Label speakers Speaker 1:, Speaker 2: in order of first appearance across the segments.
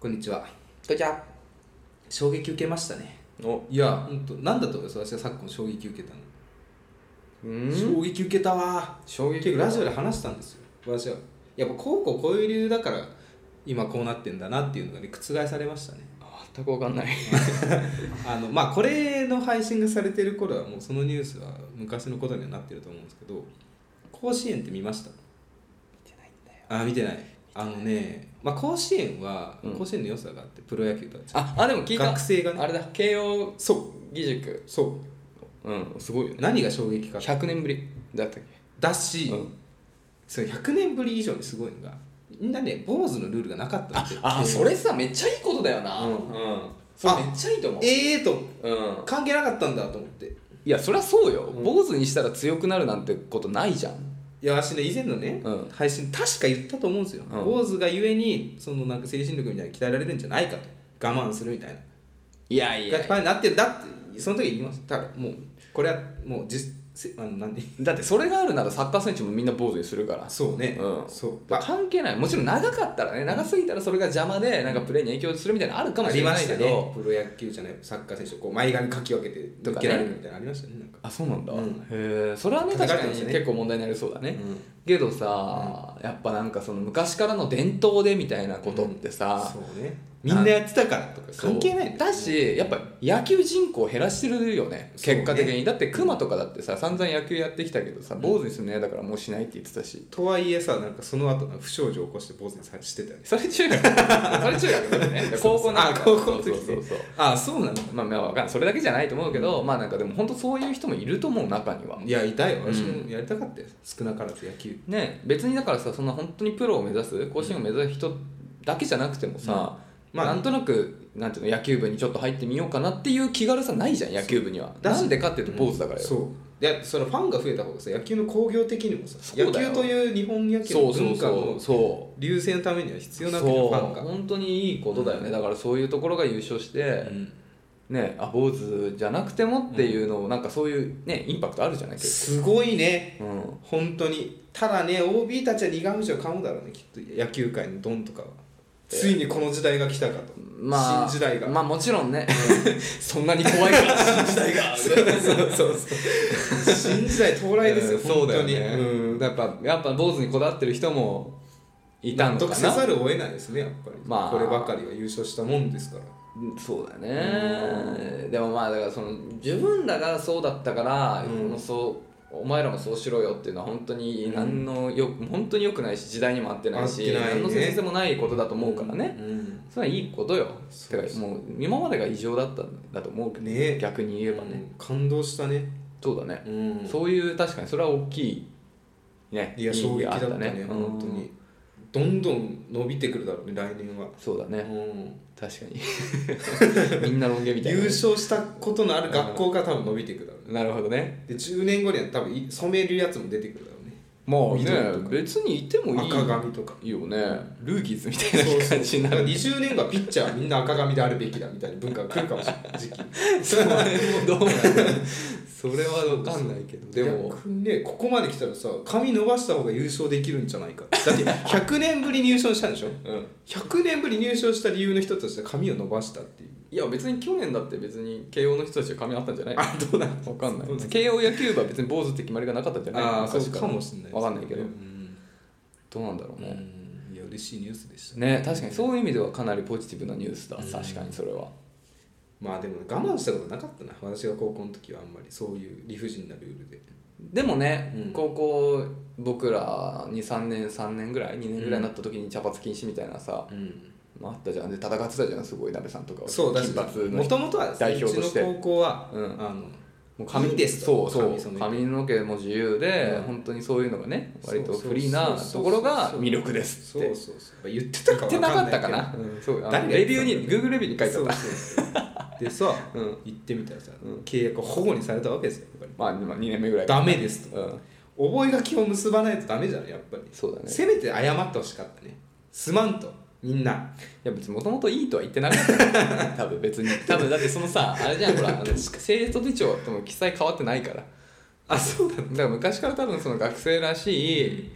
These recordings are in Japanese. Speaker 1: こんにちは。こんにちは。衝撃受けましたね。
Speaker 2: お
Speaker 1: いや、本当なんだと思います私は昨今衝撃受けたの。
Speaker 2: うん
Speaker 1: 衝撃受けたわ
Speaker 2: 衝
Speaker 1: 結
Speaker 2: 撃
Speaker 1: 局ラジオで話したんですよ私はやっぱこうこうこういう理由だから今こうなってんだなっていうのがね覆されましたね
Speaker 2: 全く分かんない
Speaker 1: あのまあこれの配信がされてる頃はもうそのニュースは昔のことにはなってると思うんですけど甲子園って見ましたあ見てないあのね、まあ、甲子園は
Speaker 2: うん
Speaker 1: 甲子園の良さがあってプロ野球とは違う、
Speaker 2: ああでも聞いた
Speaker 1: 学生がね
Speaker 2: あれだ慶応
Speaker 1: そ
Speaker 2: 義塾
Speaker 1: うそ
Speaker 2: うんすごい
Speaker 1: う
Speaker 2: よね
Speaker 1: 何が衝撃か
Speaker 2: 100年ぶりだったっ
Speaker 1: だ
Speaker 2: け、
Speaker 1: し、
Speaker 2: うん、
Speaker 1: その100年ぶり以上にすごいのがみんなね坊主のルールがなかったんですよ
Speaker 2: あそれさめっちゃいいことだよな
Speaker 1: う
Speaker 2: うんん、それ
Speaker 1: あ
Speaker 2: めっちゃいいと思う
Speaker 1: ええと
Speaker 2: うん
Speaker 1: 関係なかったんだと思って
Speaker 2: いやそりゃそうよ、
Speaker 1: うん
Speaker 2: 坊主にしたら強くなるなんてことないじゃん
Speaker 1: いや私ね以前のね、
Speaker 2: うん
Speaker 1: 配信確か言ったと思うんですよ、
Speaker 2: うん
Speaker 1: 坊主がゆえにそのなんか精神力みたいなの鍛えられるんじゃないかと我慢するみたいない
Speaker 2: やい
Speaker 1: が
Speaker 2: や
Speaker 1: いっぱいになってるんだってその時に言いましただからもうこれはもう実せあのなんで
Speaker 2: だってそれがあるならサッカー選手もみんな坊主にするから
Speaker 1: そうね、
Speaker 2: うん
Speaker 1: そう
Speaker 2: まあ関係ないもちろん長かったらね長すぎたらそれが邪魔でなんかプレーに影響するみたいなのあるかもしれないけ
Speaker 1: ありましたね
Speaker 2: ど
Speaker 1: プロ野球じゃないサッカー選手をこう前髪かき分けて
Speaker 2: と
Speaker 1: 抜
Speaker 2: か
Speaker 1: け
Speaker 2: ね
Speaker 1: られるみたいなのありましたねなんか、
Speaker 2: あそうなんだ、
Speaker 1: うん
Speaker 2: へえそれはね確
Speaker 1: 叩か
Speaker 2: か
Speaker 1: れてま
Speaker 2: に
Speaker 1: したね
Speaker 2: 結構問題になりそうだね、
Speaker 1: うん
Speaker 2: けどさ、やっぱなんかその昔からの伝統でみたいなことってさ、
Speaker 1: そうねみんなやってたからとか
Speaker 2: そう
Speaker 1: 関係ないんよ
Speaker 2: だしやっぱ野球人口減らしてるよね
Speaker 1: そうね
Speaker 2: 結果的に、だってクマとかだってさ散々野球やってきたけどさ坊主にするの嫌だからもうしないって言ってたし
Speaker 1: とはいえさなんかその後なんか不祥事を起こして坊主にさしてたよね
Speaker 2: それ中 学それ中学だよね高校なんだ
Speaker 1: あ高校の時ね
Speaker 2: そうそうそう
Speaker 1: あそうなの
Speaker 2: まあまあわかんないそれだけじゃないと思うけど、まあなんかでも本当そういう人もいると思う中にはい
Speaker 1: やいたよ
Speaker 2: うん
Speaker 1: 私もやりたかったよ、少なからず野球
Speaker 2: ね別にだからさそんな本当にプロを目指す甲子園を目指す人だけじゃなくてもさ、
Speaker 1: うんまあ
Speaker 2: なんとなくなんていうの野球部にちょっと入ってみようかなっていう気軽さないじゃん野球部には
Speaker 1: だし
Speaker 2: なんでかっていうと坊主だからよ、
Speaker 1: そうでそのファンが増えた方がさ野球の興行的にもさ
Speaker 2: そうだ
Speaker 1: 野
Speaker 2: よ
Speaker 1: 球という日本野球の
Speaker 2: そう
Speaker 1: 文化
Speaker 2: そ
Speaker 1: の
Speaker 2: うそう
Speaker 1: 流星のためには必要なわけ
Speaker 2: そ
Speaker 1: よ
Speaker 2: う
Speaker 1: ファンが、
Speaker 2: 本当にいいことだよね、だからそういうところが優勝して、
Speaker 1: うん
Speaker 2: ねあ坊主じゃなくてもっていうのをなんかそういうねインパクトあるじゃないです
Speaker 1: すごいね
Speaker 2: か、うん、
Speaker 1: 本当にただね OB たちは苦虫を噛むだろうねきっと野球界のドンとかは、ついにこの時代が来たかと、
Speaker 2: まあ
Speaker 1: 新時代が、
Speaker 2: まあもちろんね そんなに怖いから新時代が
Speaker 1: そうそうそう。新時代到来ですよ、
Speaker 2: うん
Speaker 1: 本当に。
Speaker 2: そうだよね
Speaker 1: うん
Speaker 2: やっぱやっぱ坊主にこだわってる人もいたのか
Speaker 1: 独せざ
Speaker 2: な
Speaker 1: るを得ないですね、やっぱり。
Speaker 2: まあ
Speaker 1: こればかりは優勝したもんですから。
Speaker 2: うんそうだねでもまあだからその自分らがそうだったから、
Speaker 1: うん
Speaker 2: もうそうお前らもそうしろよっていうのは本当に何のよ、本当に良くないし時代にも合ってないし
Speaker 1: 合ってないね
Speaker 2: 何の先生もないことだと思うからね、
Speaker 1: うん
Speaker 2: それはいいことよ
Speaker 1: そ
Speaker 2: て
Speaker 1: う
Speaker 2: かもう今までが異常だったんだと思うけど、
Speaker 1: ね
Speaker 2: 逆に言えばね、
Speaker 1: うん感動したね。
Speaker 2: そうだね、
Speaker 1: うん
Speaker 2: そういう確かにそれは大きいね
Speaker 1: いや、
Speaker 2: 意
Speaker 1: 衝撃
Speaker 2: 義が
Speaker 1: だ
Speaker 2: あ
Speaker 1: ったね、
Speaker 2: うん
Speaker 1: 本当に。どんどん伸びてくるだろうね、来年は。
Speaker 2: そうだね
Speaker 1: うん
Speaker 2: 確かにみんなロン毛みたいな
Speaker 1: 優勝したことのある学校が多分伸びていくだろうね。
Speaker 2: なるほどね
Speaker 1: で、10年後には多分い染めるやつも出てくるだろうね。
Speaker 2: まあ
Speaker 1: 緑と
Speaker 2: ね別にいてもいい
Speaker 1: 赤髪とか。
Speaker 2: いいよねルーキーズみた
Speaker 1: そう
Speaker 2: いな
Speaker 1: そう
Speaker 2: 感じにな
Speaker 1: だから
Speaker 2: る
Speaker 1: 20年後はピッチャーはみんな赤髪であるべきだみたいな文化が来るかもしれない 時期
Speaker 2: それもどうなるそれは分かんないけどでも
Speaker 1: 逆にねここまで来たらさ髪伸ばした方が優勝できるんじゃないかだって100年ぶり入賞したんでしょ
Speaker 2: うん
Speaker 1: 100年ぶり入賞した理由の一つとして髪を伸ばしたっていう
Speaker 2: いや別に去年だって別に慶応の人たちは髪あったんじゃないあどうな分かんな
Speaker 1: どうないの
Speaker 2: 慶応野球部は別に坊主って決まりがなかったんじゃない
Speaker 1: ああそう
Speaker 2: 昔
Speaker 1: かもしれないですね
Speaker 2: 分かんないけど
Speaker 1: うん
Speaker 2: どうなんだろう
Speaker 1: う
Speaker 2: ね
Speaker 1: んいや嬉しいニュースでした
Speaker 2: ね確かにそういう意味ではかなりポジティブなニュースだ
Speaker 1: うん
Speaker 2: 確かにそれは
Speaker 1: まあでも我慢したことなかったな私が高校の時はあんまりそういう理不尽なルールで
Speaker 2: でもね、
Speaker 1: うん
Speaker 2: 高校僕ら23年3年ぐらい2年ぐらいになった時に茶髪禁止みたいなさ、
Speaker 1: うん
Speaker 2: まああったじゃんで戦ってたじゃんすごい鍋さんとかは
Speaker 1: そうだし
Speaker 2: 金髪の
Speaker 1: もともとはですね
Speaker 2: 代表として
Speaker 1: うちの高校は、
Speaker 2: うん
Speaker 1: あの
Speaker 2: もう
Speaker 1: いいですと
Speaker 2: そうそう
Speaker 1: 髪染めて
Speaker 2: 髪の毛も自由で、
Speaker 1: うん
Speaker 2: 本当にそういうのがね割と
Speaker 1: そうそう
Speaker 2: フリーなところが魅力です
Speaker 1: そ
Speaker 2: っ
Speaker 1: う
Speaker 2: て
Speaker 1: そうそう言ってたか
Speaker 2: 言
Speaker 1: わ
Speaker 2: って
Speaker 1: んい
Speaker 2: なか
Speaker 1: けど
Speaker 2: ったかな、うんそうあ
Speaker 1: 誰
Speaker 2: の
Speaker 1: が言
Speaker 2: レ
Speaker 1: っ
Speaker 2: ビ
Speaker 1: てたんだろう
Speaker 2: ューに Google レビューに書いてあった
Speaker 1: そうそうそうでさ、
Speaker 2: うん
Speaker 1: 行ってみたらさ、
Speaker 2: うん
Speaker 1: 契約を保護にされたわけですよやっぱ
Speaker 2: まあ、まあ2年目ぐら
Speaker 1: り
Speaker 2: い
Speaker 1: ダメですと、
Speaker 2: うん
Speaker 1: 覚書を結ばないとダメじゃんやっぱり
Speaker 2: そうだね
Speaker 1: せめて謝ってほしかったねすまんとみんない
Speaker 2: や別にもともといいとは言ってな かったよ多分別に多分だってそのさあれじゃんほらあの生徒手帳とも記載変わってないから
Speaker 1: あそうだ
Speaker 2: だから昔から多分その学生らしい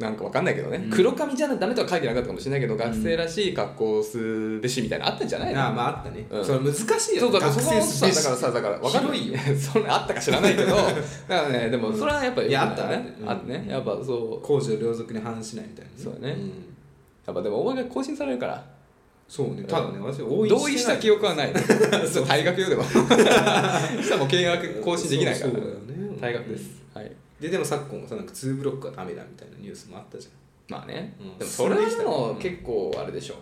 Speaker 2: なんかわかんないけどね、
Speaker 1: うん
Speaker 2: 黒髪じゃダメとは書いてなかったかもしれないけど学生らしい格好をすべしみたいなのあったんじゃないの、
Speaker 1: ああまああったね、
Speaker 2: うん
Speaker 1: それ難しいよ
Speaker 2: そう
Speaker 1: ね
Speaker 2: だからそこはさ
Speaker 1: べし
Speaker 2: だからさだからわかんない
Speaker 1: 広いよ
Speaker 2: それあったか知らな いけどだからねでもそれはやっぱ
Speaker 1: いや
Speaker 2: 良くないね
Speaker 1: あったねうん
Speaker 2: あってねやっぱそう
Speaker 1: 公序良俗に反しないみたいな、
Speaker 2: そうだね
Speaker 1: ん
Speaker 2: やっぱでもお前が更新されるから
Speaker 1: そうねただね私
Speaker 2: 同
Speaker 1: 同
Speaker 2: 意
Speaker 1: 意
Speaker 2: した記憶はない そう大学よ でもしたらもう契約更新できないから
Speaker 1: そうそうだよね
Speaker 2: 大学です、はい
Speaker 1: ででも昨今さなんか2ブロックはダメだみたいなニュースもあったじ
Speaker 2: まあね、
Speaker 1: うん
Speaker 2: でもそれはで
Speaker 1: う
Speaker 2: も
Speaker 1: ん
Speaker 2: 結構あれでしょ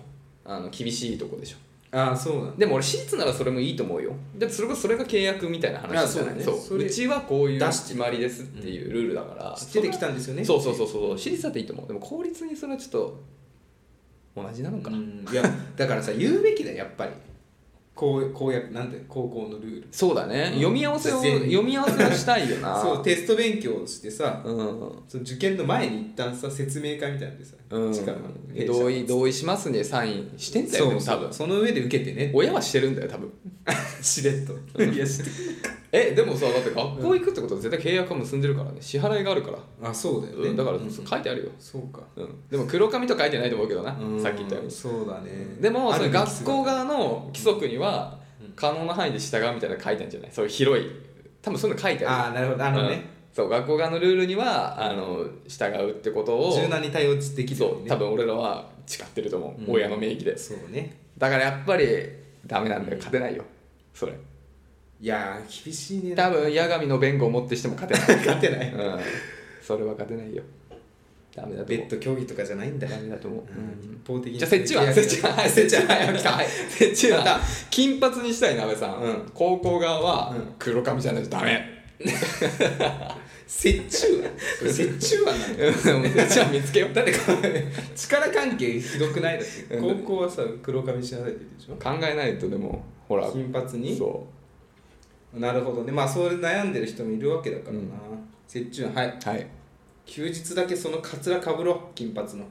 Speaker 2: あの厳しいとこでしょ
Speaker 1: ゃんああそうなんだ
Speaker 2: でも俺シーツならそれもいいと思うよでそれこそそれが契約みたいな話じゃない
Speaker 1: あそうだね
Speaker 2: そう
Speaker 1: それ
Speaker 2: うちはこういう
Speaker 1: 出して
Speaker 2: 決まりですっていうルールだから
Speaker 1: 出てきたんですよね
Speaker 2: そうそうそうそう私立だっていいと思うでも公立にそれはちょっと同じなのか、
Speaker 1: うんいやだからさ言うべきだよやっぱりこう公約なんて高校のルール
Speaker 2: そうだね、
Speaker 1: うん
Speaker 2: 読み合わせを
Speaker 1: 事前に
Speaker 2: 読み合わせをしたいよな
Speaker 1: そうテスト勉強をしてさ
Speaker 2: うん
Speaker 1: その受験の前に一旦さ説明会みたいなんでさ、
Speaker 2: うん
Speaker 1: 地下の弊社
Speaker 2: 同意同意しますねサインしてんだよ
Speaker 1: そう
Speaker 2: でも多分
Speaker 1: その上で受けてね
Speaker 2: 親はしてるんだよ多分
Speaker 1: しれっといやして
Speaker 2: えでもさだって学校行くってことは絶対契約は結んでるからね支払い があるから、
Speaker 1: あそうだよね、
Speaker 2: うんだから
Speaker 1: うん
Speaker 2: 書いてあるよ、
Speaker 1: そうか
Speaker 2: うん、でも黒髪と書いてないと思うけどなさっき言ったように
Speaker 1: そうだね
Speaker 2: でもその学校
Speaker 1: が
Speaker 2: 側の規則には
Speaker 1: うん
Speaker 2: 可能な範囲で従うみたいなの書いてあるんじゃないそういう広い多分そういうの書いてある
Speaker 1: ああなるほどあの
Speaker 2: うん
Speaker 1: ね、
Speaker 2: そう学校側のルールにはあの従うってことを
Speaker 1: 柔軟に対応できる
Speaker 2: そ
Speaker 1: ように
Speaker 2: う
Speaker 1: ね
Speaker 2: 多分俺らは誓ってると思う、
Speaker 1: うん
Speaker 2: 親の名義で
Speaker 1: そうね
Speaker 2: だからやっぱりダメなんだよ勝てないよそれ
Speaker 1: いやー厳しいね
Speaker 2: 多分八神の弁護を持ってしても勝てない、
Speaker 1: 勝てない
Speaker 2: うん、それは勝てないよダメだと
Speaker 1: ベ
Speaker 2: 思う
Speaker 1: ッド競技とかじゃないんだ
Speaker 2: ダメだと思う、
Speaker 1: う
Speaker 2: うん
Speaker 1: ん一方的に
Speaker 2: じゃあ、設置は、設置は、はい、設置は、はい、来た、はい、 設置は、
Speaker 1: また
Speaker 2: 金髪にしたいな、安倍さん。
Speaker 1: うん
Speaker 2: 高校側は
Speaker 1: うん、
Speaker 2: 黒髪じゃないとダメ。
Speaker 1: 折衷案これ折衷案なんだ
Speaker 2: うん、設置は見つけよう。だって、考
Speaker 1: 力関係ひどくないだって
Speaker 2: う
Speaker 1: 高
Speaker 2: ん
Speaker 1: 校はさ黒髪しなさいって言うでしょ
Speaker 2: えないと、でも、ほら、
Speaker 1: 金髪に
Speaker 2: そ
Speaker 1: なるほどねまあそういう悩んでる人もいるわけだからな
Speaker 2: うん。
Speaker 1: 折衷案はいう
Speaker 2: はい。
Speaker 1: 休日だけそのカツラかぶろう金髪の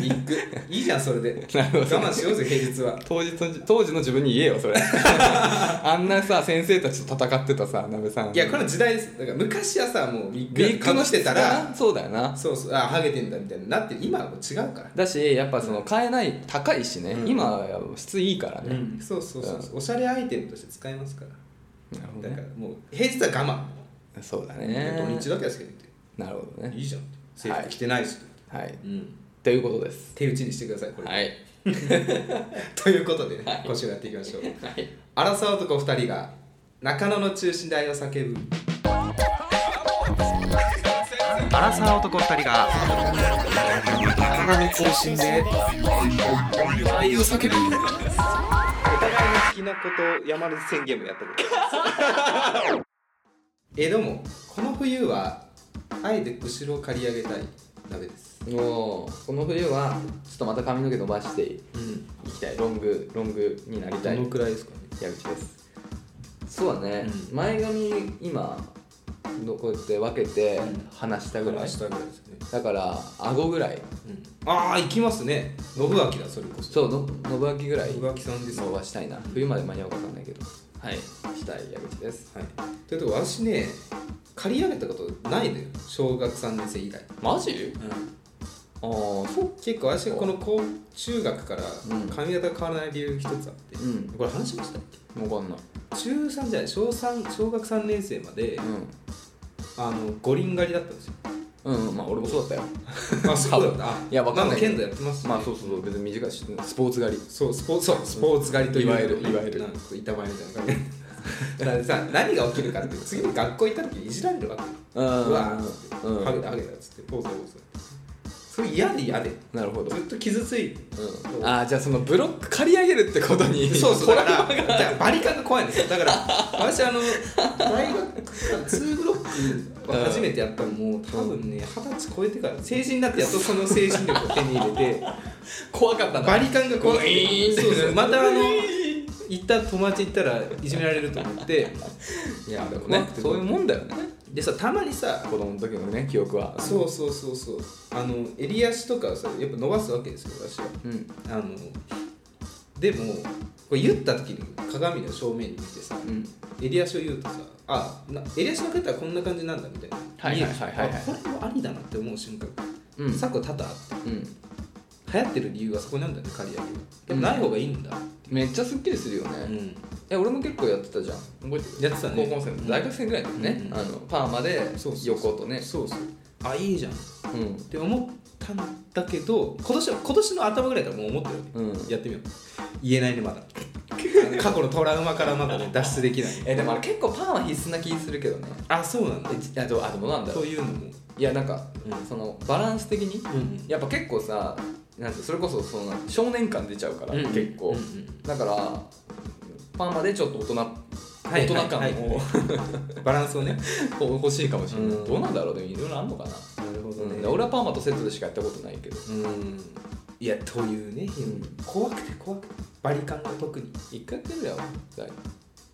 Speaker 1: ビッグいいじゃんそれで
Speaker 2: なるほど。
Speaker 1: 我慢しようぜ平日は
Speaker 2: 当時の自、当時の自分に言えよ、それ。 あんなさ、先生たちと戦ってたさ、安倍さん。
Speaker 1: いやこれは時代ですだから昔はさもうビッグ
Speaker 2: ビッグ
Speaker 1: かぶ
Speaker 2: の
Speaker 1: してたら
Speaker 2: そうだよな。
Speaker 1: そうそうあハゲてんだみたいになってる今はもう違うから
Speaker 2: だし、やっぱその、買えない、高いしね、
Speaker 1: うん
Speaker 2: 今は質いいからね。
Speaker 1: そうそうそうそうおしゃれアイテムとして使えますから
Speaker 2: なるほど
Speaker 1: だから
Speaker 2: ね。
Speaker 1: もう平日は我
Speaker 2: そうだね。
Speaker 1: 慢土日だけはつけて
Speaker 2: なるほど
Speaker 1: て
Speaker 2: ね。
Speaker 1: いいじゃんって制服着てないし
Speaker 2: はい。
Speaker 1: うん
Speaker 2: ということです。
Speaker 1: 手打ちにしてくださいこれ
Speaker 2: はい。
Speaker 1: ということでね
Speaker 2: はい
Speaker 1: 今週もやっていきましょう
Speaker 2: はい。
Speaker 1: 争う男2人が中野の中心で愛を叫ぶ
Speaker 3: アラサー男二人が体の中心で愛を叫ぶ
Speaker 1: お互いの好きなことを山根宣言もやったことあります えどうもこの冬はあえて後ろを刈り上げたい鍋です
Speaker 2: もうこの冬はちょっとまた髪の毛伸ばしてい
Speaker 1: うん
Speaker 2: きたいロングロングになりたい
Speaker 1: くらいですかね
Speaker 2: 矢口ですそうだね、
Speaker 1: う
Speaker 2: 前髪今のこうやって分けて
Speaker 1: うん
Speaker 2: 離したぐらい
Speaker 1: 話したぐらいですね、
Speaker 2: だから顎ぐらい
Speaker 1: うん、ああ行きますね信明だそれこそ
Speaker 2: そうの信明ぐらい
Speaker 1: 信明さんです
Speaker 2: 伸ばしたいな冬まで間に合うか分かんないけどはいしたい矢口です
Speaker 1: はいということで私ね刈り上げたことないのよ小学3年生以来、
Speaker 2: マジああそう
Speaker 1: 結構私がこの高中学から
Speaker 2: うん
Speaker 1: 髪型変わらない理由一つあって、
Speaker 2: うん
Speaker 1: これ話しましたっけ
Speaker 2: 分かんない
Speaker 1: 中3じゃない小三小学3年生まで、あの五輪狩りだったん ですよ。
Speaker 2: うんうんうんまあ俺もそうだったよ
Speaker 1: あ、そうだった。あ
Speaker 2: いやわかん
Speaker 1: ま
Speaker 2: ない
Speaker 1: あ剣道やってます。
Speaker 2: まあそうそうそう別に短いしスポーツ狩り
Speaker 1: そう、スポーツ、そう、スポーツ狩りという。
Speaker 2: いわゆるいわゆる
Speaker 1: なんか板前みたいな感じ。 だからさ、何が起きるかって、次の学校行った時にいじられるわけ。
Speaker 2: う
Speaker 1: うわーっつって、
Speaker 2: うん
Speaker 1: ハゲだハゲだっつって、ポーズポーズ。それ嫌で嫌で。
Speaker 2: なるほど
Speaker 1: ずっと傷ついて。
Speaker 2: うん、あーじゃあそのブロック借り上げるってことに
Speaker 1: そうそうだ
Speaker 2: ト
Speaker 1: か
Speaker 2: ラウマ
Speaker 1: らだからバリカンが怖いんですよ だから私あの大学2ブロックを初めてやったのも多分ね二十歳超えてから成人になってやっとその精神力を手に入れて
Speaker 2: 怖かったな
Speaker 1: バリカンが怖く
Speaker 2: ウィー
Speaker 1: て
Speaker 2: ンって
Speaker 1: そうそうまたあの行った友達行ったらいじめられると思って
Speaker 2: いやでも
Speaker 1: 怖
Speaker 2: ね
Speaker 1: くて
Speaker 2: そういうもんだよね
Speaker 1: でさたまにさ
Speaker 2: 子供の時のね記憶は
Speaker 1: そうそうそうそうあの襟足とかをさやっぱ伸ばすわけですよ私は
Speaker 2: う、うん
Speaker 1: あのでもこれ言った時に鏡の正面に見てさ
Speaker 2: うん、
Speaker 1: 襟足を言うとさあな襟足の方はこんな感じなんだみたいな
Speaker 2: はいはいはいはいは
Speaker 1: 見える
Speaker 2: い
Speaker 1: あこれもありだなって思う瞬間
Speaker 2: うん
Speaker 1: 佐久多々あっ
Speaker 2: うん
Speaker 1: た流行ってる理由はそこなんだよね刈り上げはでもない方がいいんだ、
Speaker 2: めっちゃすっきりするよね、
Speaker 1: う
Speaker 2: い
Speaker 1: ん
Speaker 2: や俺も結構やってたじゃん覚えてる
Speaker 1: やってたね
Speaker 2: 高校生の大学生ぐらいだよね、
Speaker 1: うん
Speaker 2: あのパーマで
Speaker 1: そうそう
Speaker 2: 横とね
Speaker 1: そうそうあいいじゃんっ
Speaker 2: うん
Speaker 1: て思ったんだけど今年は今年の頭ぐらいからもう思ってるわけ、
Speaker 2: うん
Speaker 1: やってみよう言えないね まだ過去のトラウマからまだね脱出できない
Speaker 2: えでもあれ結構パーマ必須な気するけどね
Speaker 1: あそうなんだ
Speaker 2: えちあとあでもなんだろ
Speaker 1: と
Speaker 2: う
Speaker 1: いうのも
Speaker 2: いやなんか、
Speaker 1: うん
Speaker 2: そのバランス的に
Speaker 1: うん
Speaker 2: やっぱ結構さなんてそれこそその少年感出ちゃうから、
Speaker 1: うん
Speaker 2: 結構、
Speaker 1: うんうん
Speaker 2: だからパーマでちょっと大人、
Speaker 1: はい
Speaker 2: 大人感を、
Speaker 1: はいは バランスをね
Speaker 2: こう欲しいかもしれない、
Speaker 1: うん
Speaker 2: どうなんだろうでもいろいろあんのかな、
Speaker 1: なるほ
Speaker 2: うん、俺はパーマとセットでしかやったことないけど
Speaker 1: うんいやというね、
Speaker 2: ん
Speaker 1: 怖くて怖くてバリカンが特に
Speaker 2: 一回やってみればだい